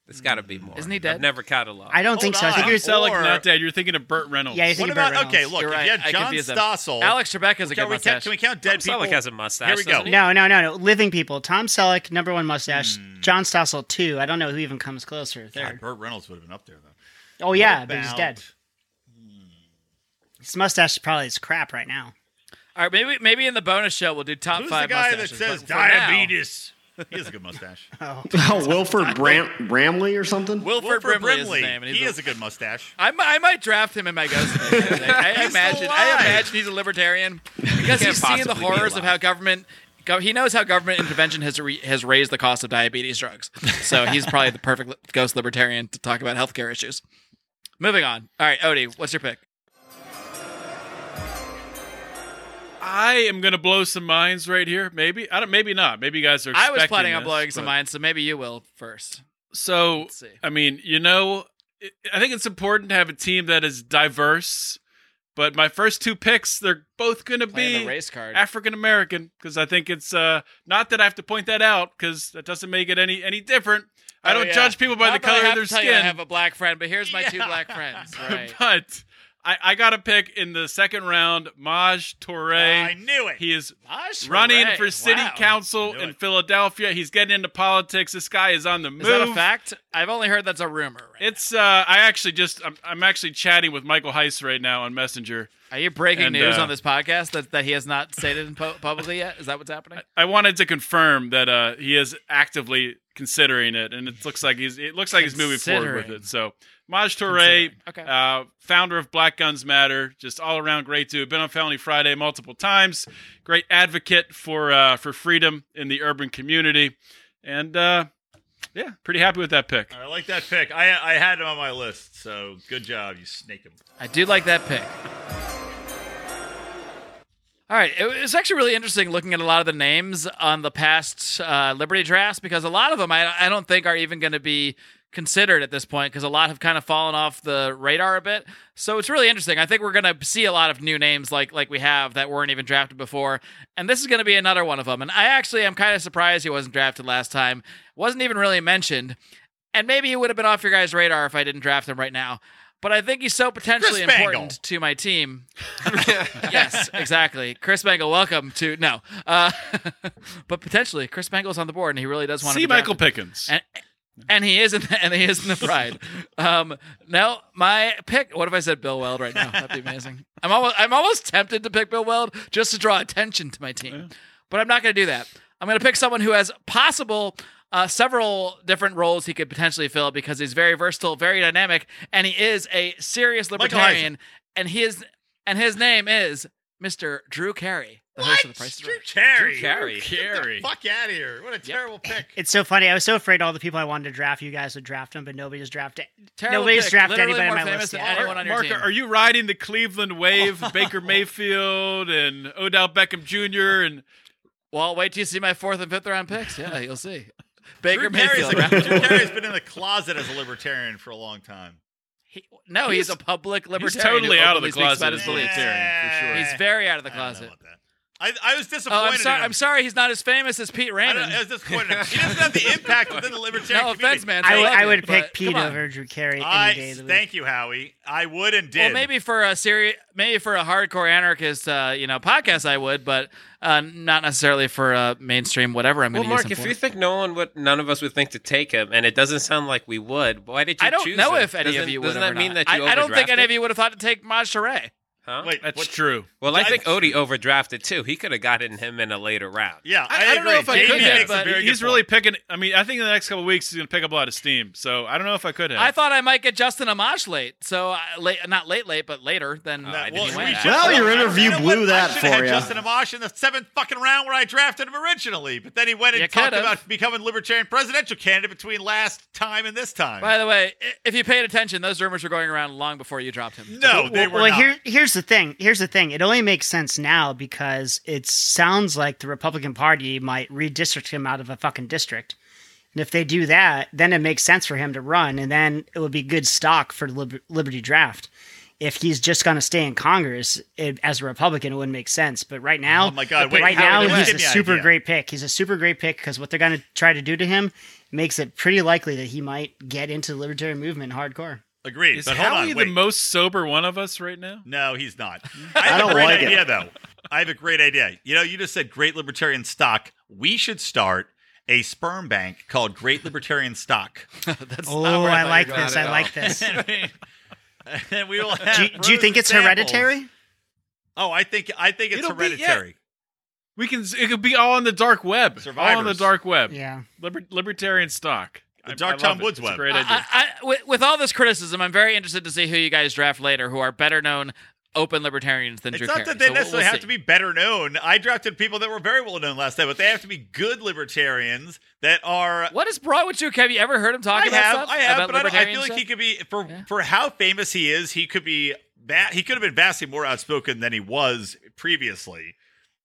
Speaker 7: There's got to be more.
Speaker 1: Isn't he dead?
Speaker 7: I've never cataloged.
Speaker 5: I
Speaker 3: Hold
Speaker 5: don't think so. I think
Speaker 3: on.
Speaker 5: you're
Speaker 4: Selleck
Speaker 3: Or-
Speaker 4: not dead. You're thinking of Burt Reynolds.
Speaker 5: Yeah, you think
Speaker 3: What
Speaker 5: about
Speaker 3: about okay? Look,
Speaker 1: you're
Speaker 3: if
Speaker 1: right.
Speaker 3: you had
Speaker 1: I
Speaker 3: John
Speaker 1: confused them.
Speaker 3: Stossel,
Speaker 1: Alex Trebek is a good
Speaker 3: can we, count,
Speaker 1: mustache.
Speaker 3: can we count dead
Speaker 7: Tom Selleck
Speaker 3: people?
Speaker 7: has a mustache,
Speaker 3: Here we go.
Speaker 7: doesn't he?
Speaker 5: No, no, no, no. Living people. Tom Selleck, number one mustache.
Speaker 1: Hmm.
Speaker 5: John Stossel, two. I don't know who even comes closer.
Speaker 3: God,
Speaker 5: Third.
Speaker 3: Burt Reynolds would have been up there though.
Speaker 5: Oh yeah,
Speaker 3: What
Speaker 5: but he's
Speaker 3: about-
Speaker 5: dead. His mustache is probably his crap right now.
Speaker 1: All right, maybe maybe in the bonus show we'll do top
Speaker 3: Who's the
Speaker 1: five
Speaker 3: guy that
Speaker 1: mustaches,
Speaker 3: says
Speaker 1: but for now-
Speaker 3: diabetes? he has a good mustache.
Speaker 6: Oh, Wilford Bram- Bramley or something?
Speaker 1: Wilford,
Speaker 3: Wilford
Speaker 1: Brimley, is
Speaker 3: Brimley.
Speaker 1: his name, and he's
Speaker 3: he
Speaker 1: a-
Speaker 3: has a good mustache.
Speaker 1: I, mi- I might draft him in my ghost. today. I, I imagine. I
Speaker 3: alive.
Speaker 1: imagine he's a libertarian because he's seeing the
Speaker 7: possibly be
Speaker 1: horrors of
Speaker 7: alive.
Speaker 1: how government. Go, he knows how government intervention has re, has raised the cost of diabetes drugs. So he's probably the perfect li- ghost libertarian to talk about healthcare issues. Moving on. All right, Odie, what's your pick?
Speaker 4: I am gonna blow some minds right here. Maybe I don't. Maybe not. Maybe you guys are.
Speaker 1: I was
Speaker 4: expecting
Speaker 1: planning on
Speaker 4: this,
Speaker 1: blowing some
Speaker 4: but- Uh,
Speaker 1: minds, so maybe you will first.
Speaker 4: So
Speaker 1: Let's see.
Speaker 4: I mean, you know, I- I think it's important to have a team that is diverse. But my first two picks, they're both gonna
Speaker 1: Playing
Speaker 4: be
Speaker 1: the race card.
Speaker 4: African American because I think it's uh, not that I have to point that out because that doesn't make it any any different. I
Speaker 1: Oh,
Speaker 4: don't
Speaker 1: yeah.
Speaker 4: judge people by
Speaker 1: Not
Speaker 4: the
Speaker 1: that I
Speaker 4: color
Speaker 1: have
Speaker 4: of their
Speaker 1: to tell
Speaker 4: skin.
Speaker 1: You I have a black friend, but here's my two black friends. Right.
Speaker 4: but I, I got to pick in the second round, Maj
Speaker 3: I
Speaker 4: Toure.
Speaker 3: knew it.
Speaker 4: He is
Speaker 1: Gosh,
Speaker 4: running
Speaker 1: hooray.
Speaker 4: for city
Speaker 1: Wow.
Speaker 4: council
Speaker 3: Knew
Speaker 4: in
Speaker 3: it.
Speaker 4: Philadelphia. He's getting into politics. This guy is on the move.
Speaker 1: Is that a fact? I've only heard that's a rumor. Right?
Speaker 4: It's uh, I actually just I'm, I'm actually chatting with Michael Heiss right now on Messenger.
Speaker 1: Are you breaking
Speaker 4: And,
Speaker 1: news
Speaker 4: uh,
Speaker 1: on this podcast that, that he has not stated in pu- publicly yet? Is that what's happening?
Speaker 4: I wanted to confirm that uh, he is actively considering it, and it looks like he's it looks like he's moving forward with
Speaker 1: Considering.
Speaker 4: it. So Maj Toure,
Speaker 1: Okay.
Speaker 4: uh, founder of Black Guns Matter, just all around great dude. Been on Felony Friday multiple times. Great advocate for uh, for freedom in the urban community, and uh, yeah, pretty happy with that pick.
Speaker 3: I like that pick. I I had him on my list, so good job. You snake him.
Speaker 1: I do like that pick. All right, it was actually really interesting looking at a lot of the names on the past uh, Liberty drafts because a lot of them I, I don't think are even going to be considered at this point because a lot have kind of fallen off the radar a bit. So it's really interesting. I think we're going to see a lot of new names like like we have that weren't even drafted before, and this is going to be another one of them. And I actually am kind of surprised he wasn't drafted last time. wasn't even really mentioned, and maybe he would have been off your guys' radar if I didn't draft him right now. But I think he's so potentially
Speaker 3: Chris Bangle.
Speaker 1: important to my team yes, exactly. Chris Bangle, welcome to no, uh, but potentially Chris Bangle's on the board, and he really does want to
Speaker 4: See
Speaker 1: be
Speaker 4: Michael
Speaker 1: drafted.
Speaker 4: Pickens.
Speaker 1: And, and he is in the, and he is in the pride. Um, now my pick. What if I said Bill Weld right now? That'd be amazing. I'm almost I'm almost tempted to pick Bill Weld just to draw attention to my team, but I'm not going to do that. I'm going to pick someone who has possible. Uh, several different roles he could potentially fill because he's very versatile, very dynamic, and he is a serious
Speaker 3: Michael
Speaker 1: libertarian. And he is, and his name is Mr. Drew Carey, the host of The Price is
Speaker 3: Drew
Speaker 1: Right.
Speaker 3: Carey.
Speaker 7: Carey.
Speaker 3: Get the fuck out of here. What a terrible pick.
Speaker 5: It's so funny. I was so afraid all the people I wanted to draft, you guys would draft them, but nobody just drafted.
Speaker 1: Terrible
Speaker 5: nobody's
Speaker 1: pick.
Speaker 5: drafted
Speaker 1: Literally
Speaker 5: anybody
Speaker 1: more
Speaker 5: on my
Speaker 1: famous
Speaker 5: list
Speaker 1: than
Speaker 5: yet.
Speaker 1: anyone on your
Speaker 4: Mark,
Speaker 1: team.
Speaker 4: are you riding the Cleveland wave, Baker Mayfield and Odell Beckham Jr. and
Speaker 1: Well, wait till you see my fourth and fifth round picks. Yeah, you'll see. Baker
Speaker 3: Drew Carey's
Speaker 1: Mayfield.
Speaker 3: like, Drew Carey's been in the closet as a libertarian for a long time.
Speaker 1: He- no, he's, a public libertarian.
Speaker 4: He's totally
Speaker 1: who
Speaker 4: out of the
Speaker 1: openly speaks
Speaker 4: closet
Speaker 1: about
Speaker 4: as
Speaker 1: his
Speaker 4: a
Speaker 1: beliefs.
Speaker 4: libertarian, for sure.
Speaker 1: He's very out of the
Speaker 3: I don't know
Speaker 1: closet.
Speaker 3: about that. I, I was disappointed.
Speaker 1: Oh, I'm sorry.
Speaker 3: in him.
Speaker 1: I'm sorry. He's not as famous as Pete
Speaker 3: I,
Speaker 1: Raymond.
Speaker 3: don't, I was disappointed. in him. He doesn't have the impact within the libertarian
Speaker 1: no
Speaker 3: community.
Speaker 1: offense, man.
Speaker 5: I,
Speaker 1: love
Speaker 5: I
Speaker 1: you,
Speaker 5: would
Speaker 1: but
Speaker 5: pick
Speaker 1: come
Speaker 5: Pete
Speaker 1: on.
Speaker 5: over Drew Carey any day
Speaker 3: I
Speaker 5: of the week.
Speaker 3: thank you, Howie. I would and did.
Speaker 1: Well, maybe for a serious, maybe for a hardcore anarchist, uh, you know, podcast, I would, but uh, not necessarily for uh, mainstream. Whatever I'm
Speaker 7: Well,
Speaker 1: going to use
Speaker 7: Mark,
Speaker 1: him
Speaker 7: if
Speaker 1: for.
Speaker 7: you think no one would, none of us would think to take him, and it doesn't sound like we would. Why did you?
Speaker 1: I don't
Speaker 7: choose
Speaker 1: know
Speaker 7: him?
Speaker 1: if any
Speaker 7: Doesn't-
Speaker 1: of you would.
Speaker 7: Doesn't
Speaker 1: have
Speaker 7: that
Speaker 1: or
Speaker 7: mean
Speaker 1: not.
Speaker 7: that you?
Speaker 1: I, I don't think
Speaker 7: overdrafted?
Speaker 1: any of you would have thought to take Maj Ture.
Speaker 7: Huh?
Speaker 3: Wait,
Speaker 4: That's
Speaker 3: what-
Speaker 4: true.
Speaker 7: Well, I
Speaker 3: I-
Speaker 7: think Odie overdrafted too. He could have gotten him in a later round.
Speaker 3: Yeah,
Speaker 4: I, I, don't
Speaker 3: agree.
Speaker 4: know if I
Speaker 3: Jamie
Speaker 4: could
Speaker 3: makes
Speaker 4: have,
Speaker 3: a
Speaker 4: but
Speaker 3: very good
Speaker 4: he's really
Speaker 3: point.
Speaker 4: picking. I mean, I think in the next couple of weeks he's going to pick up a lot of steam. So I don't know if I could have.
Speaker 1: I thought I might get Justin Amash late, so I, late, not late, late, but later than I
Speaker 3: Uh, Well,
Speaker 1: didn't
Speaker 3: we
Speaker 1: win.
Speaker 3: should-
Speaker 1: that.
Speaker 6: Well, your interview
Speaker 3: know
Speaker 6: blew
Speaker 3: what? I
Speaker 6: that
Speaker 3: should've had
Speaker 6: for ya.
Speaker 3: Justin Amash in the seventh fucking round where I drafted him originally, but then he went and
Speaker 1: You
Speaker 3: talked
Speaker 1: could've.
Speaker 3: about becoming libertarian presidential candidate between last time and this time.
Speaker 1: By the way, i- if you paid attention, those rumors were going around long before you dropped him.
Speaker 3: no, they
Speaker 5: well,
Speaker 3: were
Speaker 5: well,
Speaker 3: not.
Speaker 5: here here's the thing. Here's the thing. It only makes sense now because it sounds like the Republican Party might redistrict him out of a fucking district. And if they do that, then it makes sense for him to run, and then it would be good stock for Lib- Liberty Draft. If he's just going to stay in Congress it, as a Republican, it wouldn't make sense. But right now,
Speaker 3: Oh my God,
Speaker 5: but
Speaker 3: wait,
Speaker 5: right
Speaker 3: how
Speaker 5: now
Speaker 3: did you
Speaker 5: he's
Speaker 3: give
Speaker 5: a
Speaker 3: me an
Speaker 5: super
Speaker 3: idea?
Speaker 5: great pick. He's a super great pick because what they're going to try to do to him makes it pretty likely that he might get into the libertarian movement hardcore.
Speaker 3: Agreed.
Speaker 4: is
Speaker 3: but hold
Speaker 4: Howie
Speaker 3: on,
Speaker 4: the
Speaker 3: wait.
Speaker 4: most sober one of us right now?
Speaker 3: No, he's not. I have
Speaker 6: don't
Speaker 3: a great
Speaker 6: like it.
Speaker 3: idea, though. I have a great idea. You know, you just said great libertarian stock. We should start a sperm bank called Great Libertarian Stock.
Speaker 5: Oh, I like
Speaker 7: going
Speaker 5: this. I
Speaker 7: at all.
Speaker 5: like this.
Speaker 3: and we will have
Speaker 5: do, you- do you
Speaker 3: frozen
Speaker 5: think it's
Speaker 3: samples.
Speaker 5: hereditary?
Speaker 3: Oh, I think I think it's
Speaker 4: It'll be- yeah.
Speaker 3: hereditary.
Speaker 4: We can. It could be all on the dark web. All on the
Speaker 3: Survivors.
Speaker 4: dark web.
Speaker 5: Yeah.
Speaker 4: Liber- libertarian stock.
Speaker 3: The
Speaker 4: I-
Speaker 3: dark
Speaker 4: I love
Speaker 3: Tom
Speaker 4: it.
Speaker 3: Woods
Speaker 4: It's a
Speaker 3: web. Ah,
Speaker 4: great
Speaker 1: I-
Speaker 4: idea.
Speaker 1: I- I- with, with all this criticism, I'm very interested to see who you guys draft later, who are better known open libertarians than Drew
Speaker 3: It's not
Speaker 1: Carey.
Speaker 3: that they
Speaker 1: So we'll-
Speaker 3: necessarily
Speaker 1: we'll
Speaker 3: have
Speaker 1: see.
Speaker 3: to be better known. I drafted people that were very well known last time, but they have to be good libertarians that are.
Speaker 1: What is broad with Drew? Carey? Have you ever heard him talk
Speaker 3: I
Speaker 1: about
Speaker 3: have,
Speaker 1: stuff?
Speaker 3: I have,
Speaker 1: about
Speaker 3: but I, don't, I
Speaker 1: libertarian
Speaker 3: feel like
Speaker 1: stuff?
Speaker 3: he could be for
Speaker 1: Yeah.
Speaker 3: for how famous he is. He could be that he could have been vastly more outspoken than he was previously,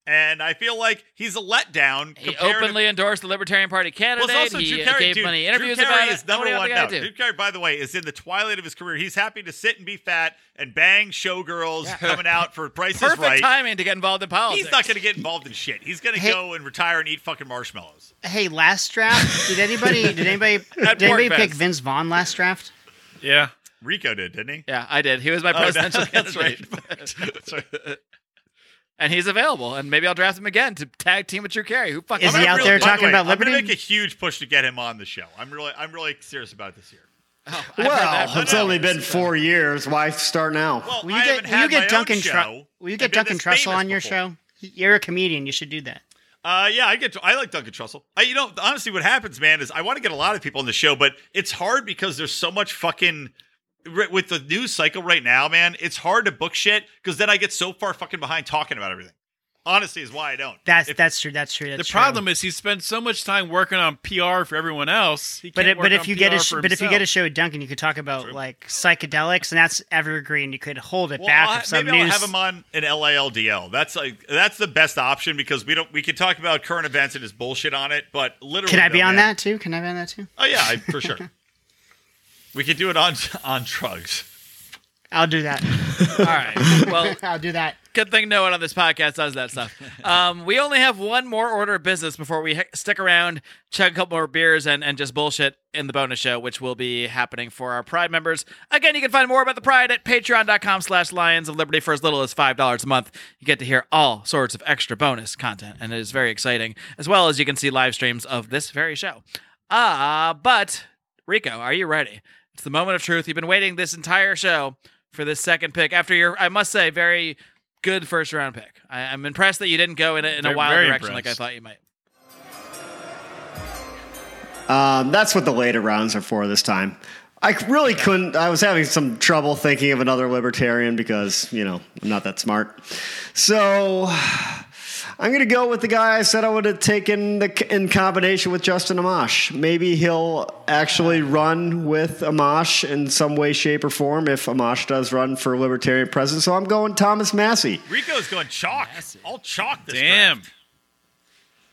Speaker 3: and I feel like he's a letdown.
Speaker 1: He
Speaker 3: compared to-
Speaker 1: openly endorsed the Libertarian Party
Speaker 3: Well,
Speaker 1: candidate.
Speaker 3: it's also
Speaker 1: he
Speaker 3: Drew Carey,
Speaker 1: gave
Speaker 3: dude,
Speaker 1: many
Speaker 3: Drew
Speaker 1: interviews
Speaker 3: Carey
Speaker 1: about it.
Speaker 3: is number
Speaker 1: What
Speaker 3: one
Speaker 1: do you think I do?
Speaker 3: now. Drew Carey, by the way, is in the twilight of his career. He's happy to sit and be fat and bang showgirls coming out for Price is
Speaker 1: Perfect
Speaker 3: Right.
Speaker 1: timing to get involved in politics.
Speaker 3: He's not going to get involved in shit. He's going to
Speaker 5: Hey-
Speaker 3: go and retire and eat fucking marshmallows.
Speaker 5: Hey, last draft. Did anybody? Did anybody? did
Speaker 1: Pork
Speaker 5: anybody pick
Speaker 1: Fest.
Speaker 5: Vince Vaughn last draft?
Speaker 3: ah.
Speaker 4: yeah.
Speaker 3: Rico did, didn't he?
Speaker 1: Yeah, I did. He was my
Speaker 3: Oh, no,
Speaker 1: presidential
Speaker 3: that's
Speaker 1: candidate. and he's available, and maybe I'll draft him again to tag team with Drew Carey. Who fucking
Speaker 5: Is he
Speaker 3: I'm
Speaker 5: out
Speaker 3: really-
Speaker 5: there
Speaker 3: by the
Speaker 5: talking
Speaker 3: way,
Speaker 5: about
Speaker 3: I'm
Speaker 5: liberty?
Speaker 3: going to make a huge push to get him on the show. I'm really, I'm really serious about this year.
Speaker 6: Well,
Speaker 1: from
Speaker 6: it's only been four years. Why start now?
Speaker 3: Well,
Speaker 5: Will you
Speaker 3: I
Speaker 5: get?
Speaker 3: haven't had
Speaker 5: Will you
Speaker 3: my
Speaker 5: get
Speaker 3: own
Speaker 5: Duncan?
Speaker 3: show
Speaker 5: Tru- will you
Speaker 3: and been
Speaker 5: get Duncan
Speaker 3: this
Speaker 5: Trussell
Speaker 3: famous
Speaker 5: on your
Speaker 3: before.
Speaker 5: show? You're a comedian. You should do that.
Speaker 3: Uh, yeah, I get. I like Duncan Trussell. I, you know, honestly, what happens, man, is I want to get a lot of people on the show, but it's hard because there's so much fucking ri- with the news cycle right now, man. It's hard to book shit because then I get so far fucking behind talking about everything. Honestly, is why I don't.
Speaker 5: That's
Speaker 3: If-
Speaker 5: that's true. That's true.
Speaker 4: The
Speaker 5: That's true.
Speaker 4: problem is he spends so much time working on PR for everyone else. He
Speaker 5: But
Speaker 4: can't
Speaker 5: it, but
Speaker 4: work
Speaker 5: if
Speaker 4: on
Speaker 5: you get a
Speaker 4: PR
Speaker 5: sh-
Speaker 4: for
Speaker 5: but if you get a
Speaker 4: himself.
Speaker 5: show with Duncan, you could talk about like psychedelics, and that's evergreen. You could hold it
Speaker 3: Well,
Speaker 5: back
Speaker 3: I'll-
Speaker 5: if some
Speaker 3: maybe
Speaker 5: news.
Speaker 3: I'll have him on an LILDL. That's like that's the best option because we don't we can talk about current events and just bullshit on it, but literally
Speaker 5: Can I be
Speaker 3: though,
Speaker 5: on
Speaker 3: man-
Speaker 5: that too? Can I be on that too?
Speaker 3: Oh yeah, I, for sure. we could do it on on drugs.
Speaker 5: I'll do that.
Speaker 1: All right. Well,
Speaker 5: I'll do that.
Speaker 1: good thing no one on this podcast does that stuff. Um, we only have one more order of business before we he- stick around, chug a couple more beers, and, and just bullshit in the bonus show, which will be happening for our Pride members. Again, you can find more about the Pride at patreon.com slash Lions of Liberty for as little as $5 a month. You get to hear all sorts of extra bonus content, and it is very exciting, as well as you can see live streams of this very show. Ah, but Rico, are you ready? It's the moment of truth. You've been waiting this entire show for this second pick after your, I must say, very good first round pick. I, I'm impressed that you didn't go in a, in a
Speaker 4: Very-
Speaker 1: wild
Speaker 4: very
Speaker 1: direction like I
Speaker 4: impressed.
Speaker 1: thought you might.
Speaker 6: Um, that's what the later rounds are for this time. I really couldn't. I was having some trouble thinking of another libertarian because, you know, I'm not that smart. So I'm going to go with the guy I said I would have taken the, in combination with Justin Amash. Maybe he'll actually run with Amash in some way, shape, or form if Amash does run for libertarian president. So I'm going Thomas Massey.
Speaker 3: Rico's going chalk. I'll chalk this.
Speaker 4: damn.
Speaker 3: draft.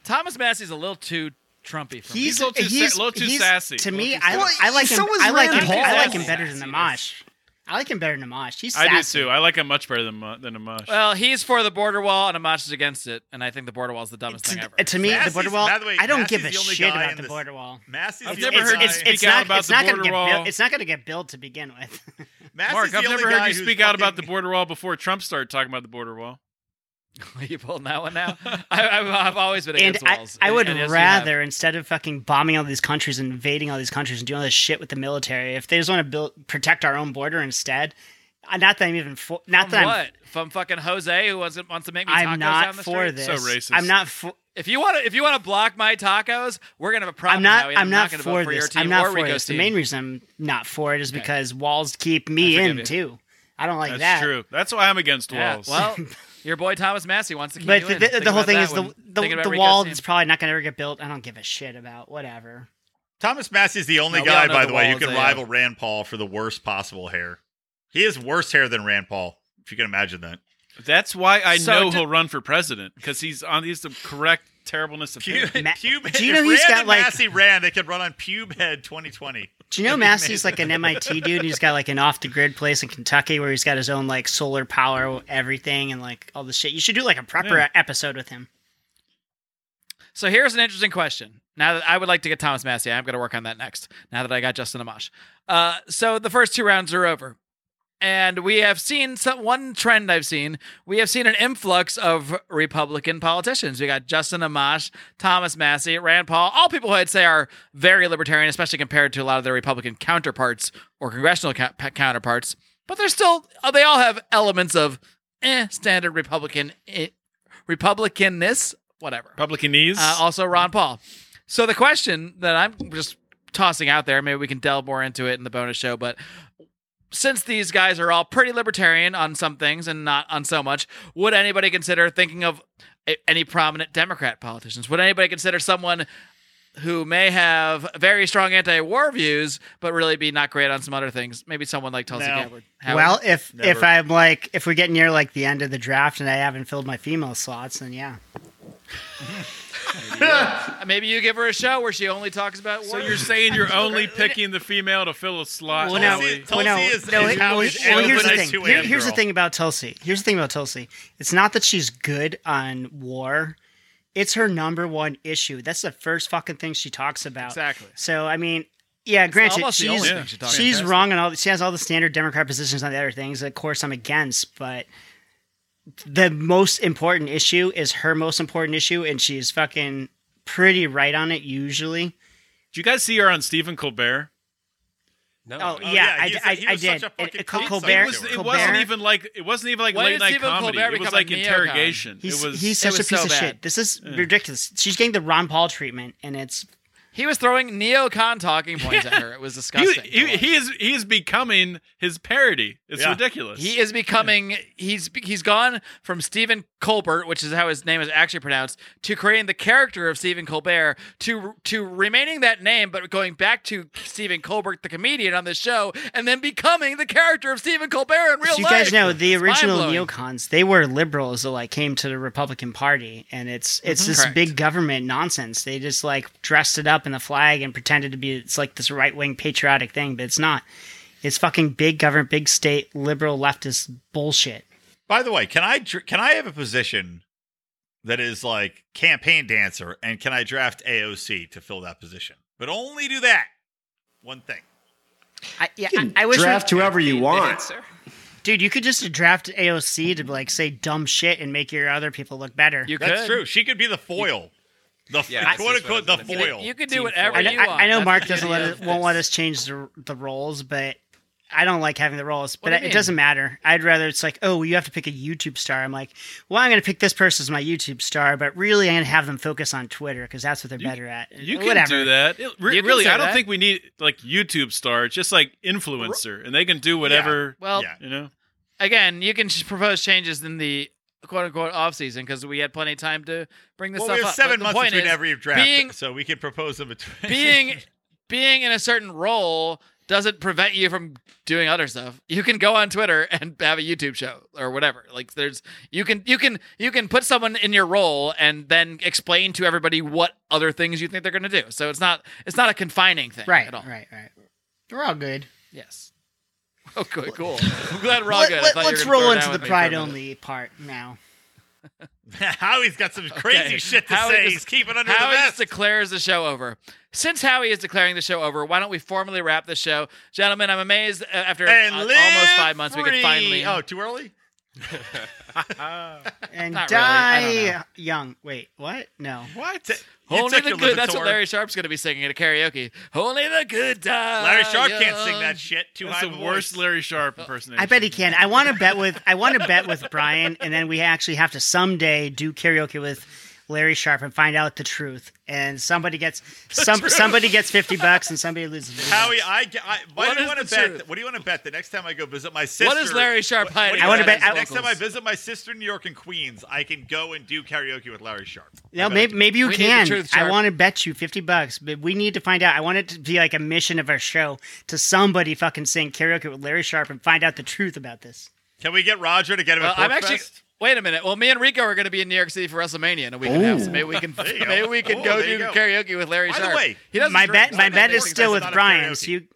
Speaker 1: Thomas Massey's a little too Trumpy for me.
Speaker 5: He's
Speaker 4: a little too sa- little too sassy.
Speaker 5: To
Speaker 4: A little
Speaker 5: me,
Speaker 4: too
Speaker 5: I,
Speaker 6: sassy.
Speaker 5: I like him.
Speaker 6: So is
Speaker 5: I like him.
Speaker 6: Rand
Speaker 5: I like
Speaker 6: Paul.
Speaker 5: him better than Amash. I like him better than Amash. He's
Speaker 4: I do
Speaker 5: sassy.
Speaker 4: too. I like him much better than Ma- than Amash.
Speaker 1: Well, he's for the border wall and Amash is against it, and I think the border wall is the dumbest thing
Speaker 5: To,
Speaker 1: ever.
Speaker 5: uh, to me,
Speaker 3: Massey's-
Speaker 5: the border wall.
Speaker 3: by the way,
Speaker 5: I don't give a
Speaker 3: Massey's the only
Speaker 5: shit
Speaker 3: guy
Speaker 5: about
Speaker 3: in
Speaker 5: the
Speaker 3: this-
Speaker 5: border wall.
Speaker 3: Massey's
Speaker 4: I've
Speaker 3: the
Speaker 4: never
Speaker 3: only
Speaker 4: heard
Speaker 5: It's,
Speaker 4: you
Speaker 3: guy-
Speaker 5: it's,
Speaker 4: speak
Speaker 5: it's
Speaker 4: out
Speaker 5: not.
Speaker 4: about
Speaker 5: It's
Speaker 4: the
Speaker 5: not going to
Speaker 4: border
Speaker 5: get
Speaker 4: wall.
Speaker 5: built. It's not going to get built to begin with.
Speaker 3: Massey's
Speaker 4: Mark,
Speaker 3: the
Speaker 4: I've
Speaker 3: only
Speaker 4: never heard
Speaker 3: guy
Speaker 4: you
Speaker 3: who's
Speaker 4: speak out about the
Speaker 3: fucking-
Speaker 4: border wall before Trump started talking about the border wall.
Speaker 1: Are you pulling that one now? I, I've, I've always been
Speaker 5: and
Speaker 1: against
Speaker 5: I,
Speaker 1: walls.
Speaker 5: I would
Speaker 1: And yes, you have.
Speaker 5: rather instead of fucking bombing all these countries and invading all these countries and doing all this shit with the military, if they just want to build protect our own border instead, uh, not that I'm even for. Not
Speaker 1: From
Speaker 5: that
Speaker 1: what? From fucking Jose who wants, wants to make me tacos
Speaker 5: I'm. I'm
Speaker 1: down
Speaker 5: not
Speaker 1: the
Speaker 5: for
Speaker 1: street?
Speaker 5: this.
Speaker 4: So racist.
Speaker 5: I'm not for.
Speaker 1: If you want to, if you want to block my tacos, we're gonna have a problem.
Speaker 5: I'm not.
Speaker 1: Howie, and
Speaker 5: I'm not
Speaker 1: gonna
Speaker 5: for
Speaker 1: vote for your
Speaker 5: this.
Speaker 1: team
Speaker 5: I'm not
Speaker 1: or
Speaker 5: for
Speaker 1: Rico's
Speaker 5: this. The
Speaker 1: team.
Speaker 5: main reason I'm not for it is because walls keep me
Speaker 1: forgive
Speaker 5: in
Speaker 1: you.
Speaker 5: too. I don't like
Speaker 4: That's
Speaker 5: that.
Speaker 4: true. That's why I'm against
Speaker 1: Yeah,
Speaker 4: walls.
Speaker 1: well, your boy Thomas Massey wants to keep
Speaker 5: But
Speaker 1: you
Speaker 5: the,
Speaker 1: in.
Speaker 5: the,
Speaker 1: Think
Speaker 5: the whole
Speaker 1: about
Speaker 5: thing
Speaker 1: that
Speaker 5: is the
Speaker 1: one.
Speaker 5: the,
Speaker 1: Think about
Speaker 5: the
Speaker 1: Rico's
Speaker 5: wall
Speaker 1: team.
Speaker 5: that's probably not going to ever get built. I don't give a shit about whatever.
Speaker 3: Thomas Massey's the only
Speaker 1: No, we all
Speaker 3: guy,
Speaker 1: know
Speaker 3: by
Speaker 1: the
Speaker 3: the way, who
Speaker 1: walls,
Speaker 3: can
Speaker 1: yeah.
Speaker 3: rival Rand Paul for the worst possible hair. He has worse hair than Rand Paul, if you can imagine that.
Speaker 4: That's why I
Speaker 1: So
Speaker 4: know
Speaker 1: did-
Speaker 4: he'll run for president because he's on. He's the correct terribleness of
Speaker 3: Pube,
Speaker 4: hair.
Speaker 5: Ma-
Speaker 3: pube
Speaker 5: Do you
Speaker 3: if
Speaker 5: know he's
Speaker 3: Rand
Speaker 5: got,
Speaker 3: and
Speaker 5: like-
Speaker 3: Massey ran, they could run on Pube Head 2020.
Speaker 5: Do you know Massey's like an MIT dude? He's got like an off the grid place in Kentucky where he's got his own like solar power, everything, and like all the shit. You should do like a proper
Speaker 4: Yeah.
Speaker 5: episode with him.
Speaker 1: So here's an interesting question. Now that I would like to get Thomas Massey, I'm going to work on that next. Now that I got Justin Amash. Uh, so the first two rounds are over. And we have seen some, one trend I've seen. We have seen an influx of Republican politicians. We got Justin Amash, Thomas Massey, Rand Paul, all people who I'd say are very libertarian, especially compared to a lot of their Republican counterparts or congressional ca- pa- counterparts. But they're still, uh, they all have elements of eh, standard Republican, eh, Republicanness, whatever.
Speaker 4: Republicanese.
Speaker 1: Uh, also, Ron Paul. So the question that I'm just tossing out there, maybe we can delve more into it in the bonus show, but since these guys are all pretty libertarian on some things and not on so much, would anybody consider thinking of a- any prominent Democrat politicians? Would anybody consider someone who may have very strong anti-war views but really be not great on some other things? Maybe someone like Tulsi
Speaker 3: No.
Speaker 1: Gabbard. Howard?
Speaker 5: well, if if
Speaker 3: Never.
Speaker 5: I'm like if we get near like the end of the draft and I haven't filled my female slots, then yeah.
Speaker 1: Uh, maybe you give her a show where she only talks about war.
Speaker 4: so you're saying you're only picking the female to fill a slot? Howie?
Speaker 5: Well, no,
Speaker 3: Tulsi-
Speaker 5: well, no,
Speaker 3: Tulsi is-
Speaker 5: no,
Speaker 3: is
Speaker 5: it-
Speaker 3: how
Speaker 5: well,
Speaker 3: it
Speaker 5: he- well,
Speaker 3: should
Speaker 5: here's
Speaker 3: be
Speaker 5: the
Speaker 3: nice
Speaker 5: thing.
Speaker 3: to
Speaker 5: Here-
Speaker 3: a
Speaker 5: here's the
Speaker 3: girl.
Speaker 5: thing about Tulsi. Here's the thing about Tulsi. It's not that she's good on war. It's her number one issue. That's the first fucking thing she talks about.
Speaker 1: Exactly.
Speaker 5: So I mean, yeah, granted,
Speaker 1: almost the only
Speaker 5: she's
Speaker 1: thing she talks
Speaker 5: she's
Speaker 1: about.
Speaker 5: wrong on all. She has all the standard Democrat positions on the other things. Of course, I'm against, but the most important issue is her most important issue, and she's fucking pretty right on it usually.
Speaker 4: Did you guys see her on Stephen Colbert?
Speaker 7: No.
Speaker 5: Oh,
Speaker 3: yeah,
Speaker 5: yeah, I
Speaker 3: he's
Speaker 5: d-
Speaker 3: a-
Speaker 5: I,
Speaker 3: he
Speaker 5: I
Speaker 3: was such
Speaker 5: did.
Speaker 3: a fucking
Speaker 5: It- Col-
Speaker 3: cocksucker.
Speaker 5: Colbert,
Speaker 4: It, was, it
Speaker 5: Colbert,
Speaker 4: wasn't even like it wasn't even like
Speaker 1: When
Speaker 4: late
Speaker 1: did
Speaker 4: night
Speaker 1: Stephen
Speaker 4: comedy.
Speaker 1: Colbert
Speaker 4: it was
Speaker 1: become
Speaker 4: like
Speaker 1: a neocon?
Speaker 4: interrogation.
Speaker 5: He's,
Speaker 4: it was
Speaker 5: he's
Speaker 1: it
Speaker 5: such a
Speaker 1: was
Speaker 5: piece
Speaker 1: so
Speaker 5: of
Speaker 1: bad.
Speaker 5: shit. This is ridiculous. She's getting the Ron Paul treatment, and it's
Speaker 1: he was throwing neocon talking points at her. It was
Speaker 4: he,
Speaker 1: disgusting. to
Speaker 4: he,
Speaker 1: watch.
Speaker 4: he is he is becoming his parody. It's
Speaker 3: Yeah.
Speaker 4: ridiculous.
Speaker 1: He is becoming he's he's gone from Stephen Colbert, which is how his name is actually pronounced, to creating the character of Stephen Colbert to to remaining that name but going back to Stephen Colbert the comedian on this show and then becoming the character of Stephen Colbert in real
Speaker 5: so you
Speaker 1: life.
Speaker 5: guys know the
Speaker 1: It's
Speaker 5: original
Speaker 1: mind-blowing.
Speaker 5: neocons. They were liberals that like came to the Republican Party, and it's it's this
Speaker 1: Correct.
Speaker 5: big government nonsense. They just like dressed it up in the flag and pretended to be it's like this right wing patriotic thing, but it's not. It's fucking big government, big state, liberal leftist bullshit.
Speaker 3: By the way, can I dr- can I have a position that is like campaign dancer, and can I draft AOC to fill that position? But only do that one thing.
Speaker 5: I, yeah,
Speaker 6: You
Speaker 5: I,
Speaker 6: can
Speaker 5: I wish, we-
Speaker 6: draft whoever you want.
Speaker 5: dude, you could just draft AOC to like say dumb shit and make your other people look better.
Speaker 1: you could.
Speaker 3: That's true. She could be the foil, the
Speaker 7: Yeah,
Speaker 3: f
Speaker 7: that's
Speaker 3: quote
Speaker 7: what I
Speaker 3: unquote
Speaker 7: was
Speaker 3: the
Speaker 7: gonna say.
Speaker 3: foil.
Speaker 1: You could do
Speaker 7: Team
Speaker 1: whatever
Speaker 5: I know,
Speaker 1: you
Speaker 5: I-
Speaker 1: want.
Speaker 5: I know
Speaker 1: That's
Speaker 5: Mark
Speaker 1: the
Speaker 5: doesn't let
Speaker 1: beauty
Speaker 5: us,
Speaker 1: of
Speaker 5: won't
Speaker 1: this.
Speaker 5: let us change the, the roles, but I don't like having the roles. But
Speaker 1: do
Speaker 5: it
Speaker 1: you mean?
Speaker 5: doesn't matter. I'd rather it's like, oh, well, you have to pick a YouTube star. I'm like, well, I'm going to pick this person as my YouTube star, but really, I'm going to have them focus on Twitter because that's what they're better at.
Speaker 4: You can
Speaker 5: Whatever.
Speaker 4: do that. It- re-
Speaker 1: You can
Speaker 4: really,
Speaker 1: say
Speaker 4: I don't
Speaker 1: that.
Speaker 4: think we need like YouTube star. It's just like influencer, and they can do whatever.
Speaker 1: Well,
Speaker 3: Yeah.
Speaker 4: you know,
Speaker 1: again, you can sh- propose changes in the quote unquote off season because we had plenty of time to bring this
Speaker 3: well,
Speaker 1: up.
Speaker 3: we have
Speaker 1: up.
Speaker 3: seven
Speaker 1: But the
Speaker 3: months
Speaker 1: point
Speaker 3: between
Speaker 1: is,
Speaker 3: every draft,
Speaker 1: being-
Speaker 3: so we could propose them between.
Speaker 1: being being in a certain role doesn't prevent you from doing other stuff. You can go on Twitter and have a YouTube show or whatever. Like there's you can you can you can put someone in your role and then explain to everybody what other things you think they're going to do. So it's not it's not a confining thing
Speaker 5: Right,
Speaker 1: at all.
Speaker 5: right, right. We're all good.
Speaker 1: Yes. Oh, good, cool. I'm glad we're all
Speaker 5: Let,
Speaker 1: good. I thought you were
Speaker 5: us
Speaker 1: gonna throw
Speaker 5: roll
Speaker 1: it
Speaker 5: into
Speaker 1: down
Speaker 5: the
Speaker 1: with me for a
Speaker 5: pride
Speaker 1: minute.
Speaker 5: only part now.
Speaker 3: Howie's got some crazy shit to
Speaker 1: Howie
Speaker 3: say.
Speaker 1: just-
Speaker 3: He's keeping under
Speaker 1: Howie
Speaker 3: the
Speaker 1: just
Speaker 3: vest.
Speaker 1: declares the show over. Since Howie is declaring the show over, why don't we formally wrap the show, gentlemen? I'm amazed uh, after
Speaker 3: and
Speaker 1: uh,
Speaker 3: live
Speaker 1: almost five months, we could
Speaker 3: free.
Speaker 1: finally.
Speaker 3: Oh, too early.
Speaker 5: and
Speaker 1: Not really. I
Speaker 5: die
Speaker 1: don't
Speaker 5: young. Wait, what? No.
Speaker 4: What?
Speaker 3: You
Speaker 1: Only
Speaker 3: took
Speaker 1: the
Speaker 3: your
Speaker 1: good. That's what
Speaker 3: Lipitor.
Speaker 1: Larry Sharp's going to be singing at a karaoke. Only the good die.
Speaker 3: Larry Sharp can't
Speaker 1: young.
Speaker 3: sing that shit. Too
Speaker 4: That's
Speaker 3: high
Speaker 4: the
Speaker 3: of a
Speaker 4: worst
Speaker 3: voice.
Speaker 4: Larry Sharp impersonation.
Speaker 5: I bet he can. I want to bet with I want to bet with Brian, and then we actually have to someday do karaoke with Larry Sharp and find out the truth. And somebody gets some somebody gets fifty bucks, and somebody loses. 50
Speaker 3: Howie,
Speaker 5: bucks.
Speaker 3: I, g- I- why
Speaker 1: What
Speaker 3: do you
Speaker 1: is
Speaker 3: want to
Speaker 1: the
Speaker 3: bet?
Speaker 1: truth?
Speaker 3: what do you want to bet? The next time I go visit my sister,
Speaker 1: What is Larry Sharp
Speaker 3: What- what
Speaker 1: hiding?
Speaker 3: do you
Speaker 5: I wanna
Speaker 3: bet-
Speaker 5: bet- I-
Speaker 3: Next time I
Speaker 1: vocals?
Speaker 3: visit my sister in New York and Queens, I can go and do karaoke with Larry Sharp.
Speaker 5: no, maybe maybe you
Speaker 1: We need the
Speaker 5: can.
Speaker 1: truth,
Speaker 5: I
Speaker 1: Sharp.
Speaker 5: want to bet you fifty bucks, but we need to find out. I want it to be like a mission of our show to somebody fucking sing karaoke with Larry Sharp and find out the truth about this.
Speaker 3: Can we get Roger to get him?
Speaker 1: Well,
Speaker 3: at
Speaker 1: I'm
Speaker 3: Porkfest?
Speaker 1: actually. Wait a minute. Well, me and Rico are going to be in New York City for WrestleMania in a week and a half. So maybe we can
Speaker 3: you go.
Speaker 1: maybe we can
Speaker 3: Oh,
Speaker 1: go
Speaker 3: there you
Speaker 1: do
Speaker 3: go.
Speaker 1: karaoke with Larry
Speaker 3: By the
Speaker 1: Sharp.
Speaker 3: way,
Speaker 1: he doesn't
Speaker 5: My
Speaker 1: drink,
Speaker 5: bet
Speaker 1: so
Speaker 5: my
Speaker 1: I
Speaker 5: bet
Speaker 1: think
Speaker 5: is
Speaker 1: that's
Speaker 5: still
Speaker 1: not
Speaker 5: with
Speaker 1: a
Speaker 5: Brian.
Speaker 3: karaoke.
Speaker 5: So you.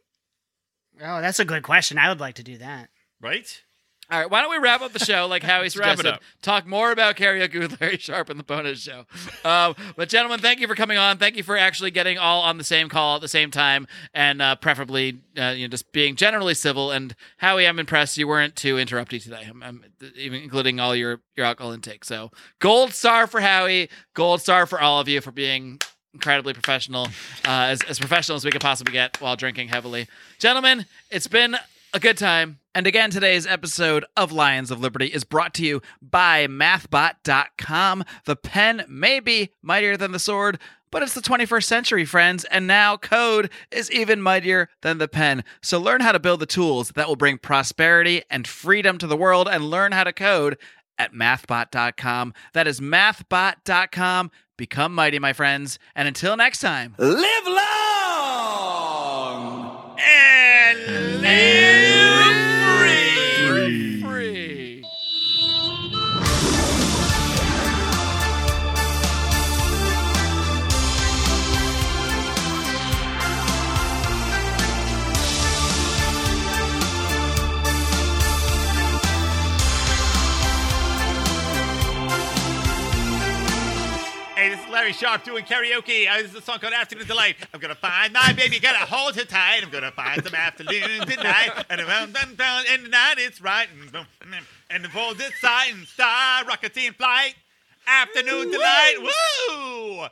Speaker 5: Oh, that's a good question. I would like to do that.
Speaker 3: right?
Speaker 1: All right, why don't we wrap up the show like Howie
Speaker 4: wrap it
Speaker 1: suggested?
Speaker 4: up.
Speaker 1: Talk more about karaoke with Larry Sharp in the bonus show. Um, but gentlemen, thank you for coming on. Thank you for actually getting all on the same call at the same time, and uh, preferably, uh, you know, just being generally civil. And Howie, I'm impressed you weren't too interrupty today. I'm, I'm even including all your your alcohol intake. So gold star for Howie, gold star for all of you for being incredibly professional, uh, as, as professional as we could possibly get while drinking heavily. Gentlemen, it's been a good time.
Speaker 8: And again, today's episode of Lions of Liberty is brought to you by MathBot.com. The pen may be mightier than the sword, but it's the 21st century, friends, and now code is even mightier than the pen. So learn how to build the tools that will bring prosperity and freedom to the world, and learn how to code at MathBot.com. That is MathBot.com. Become mighty, my friends. And until next time, live long!
Speaker 1: Free.
Speaker 3: Hey, this is Larry Sharp doing karaoke. Uh, this is a song called Afternoon Delight. I'm gonna find my baby, gotta hold her tight. I'm gonna find some afternoon tonight. And around and down and the night it's right. And boom, mm, And the world is sight and star, rocket in flight. Afternoon delight. Woo!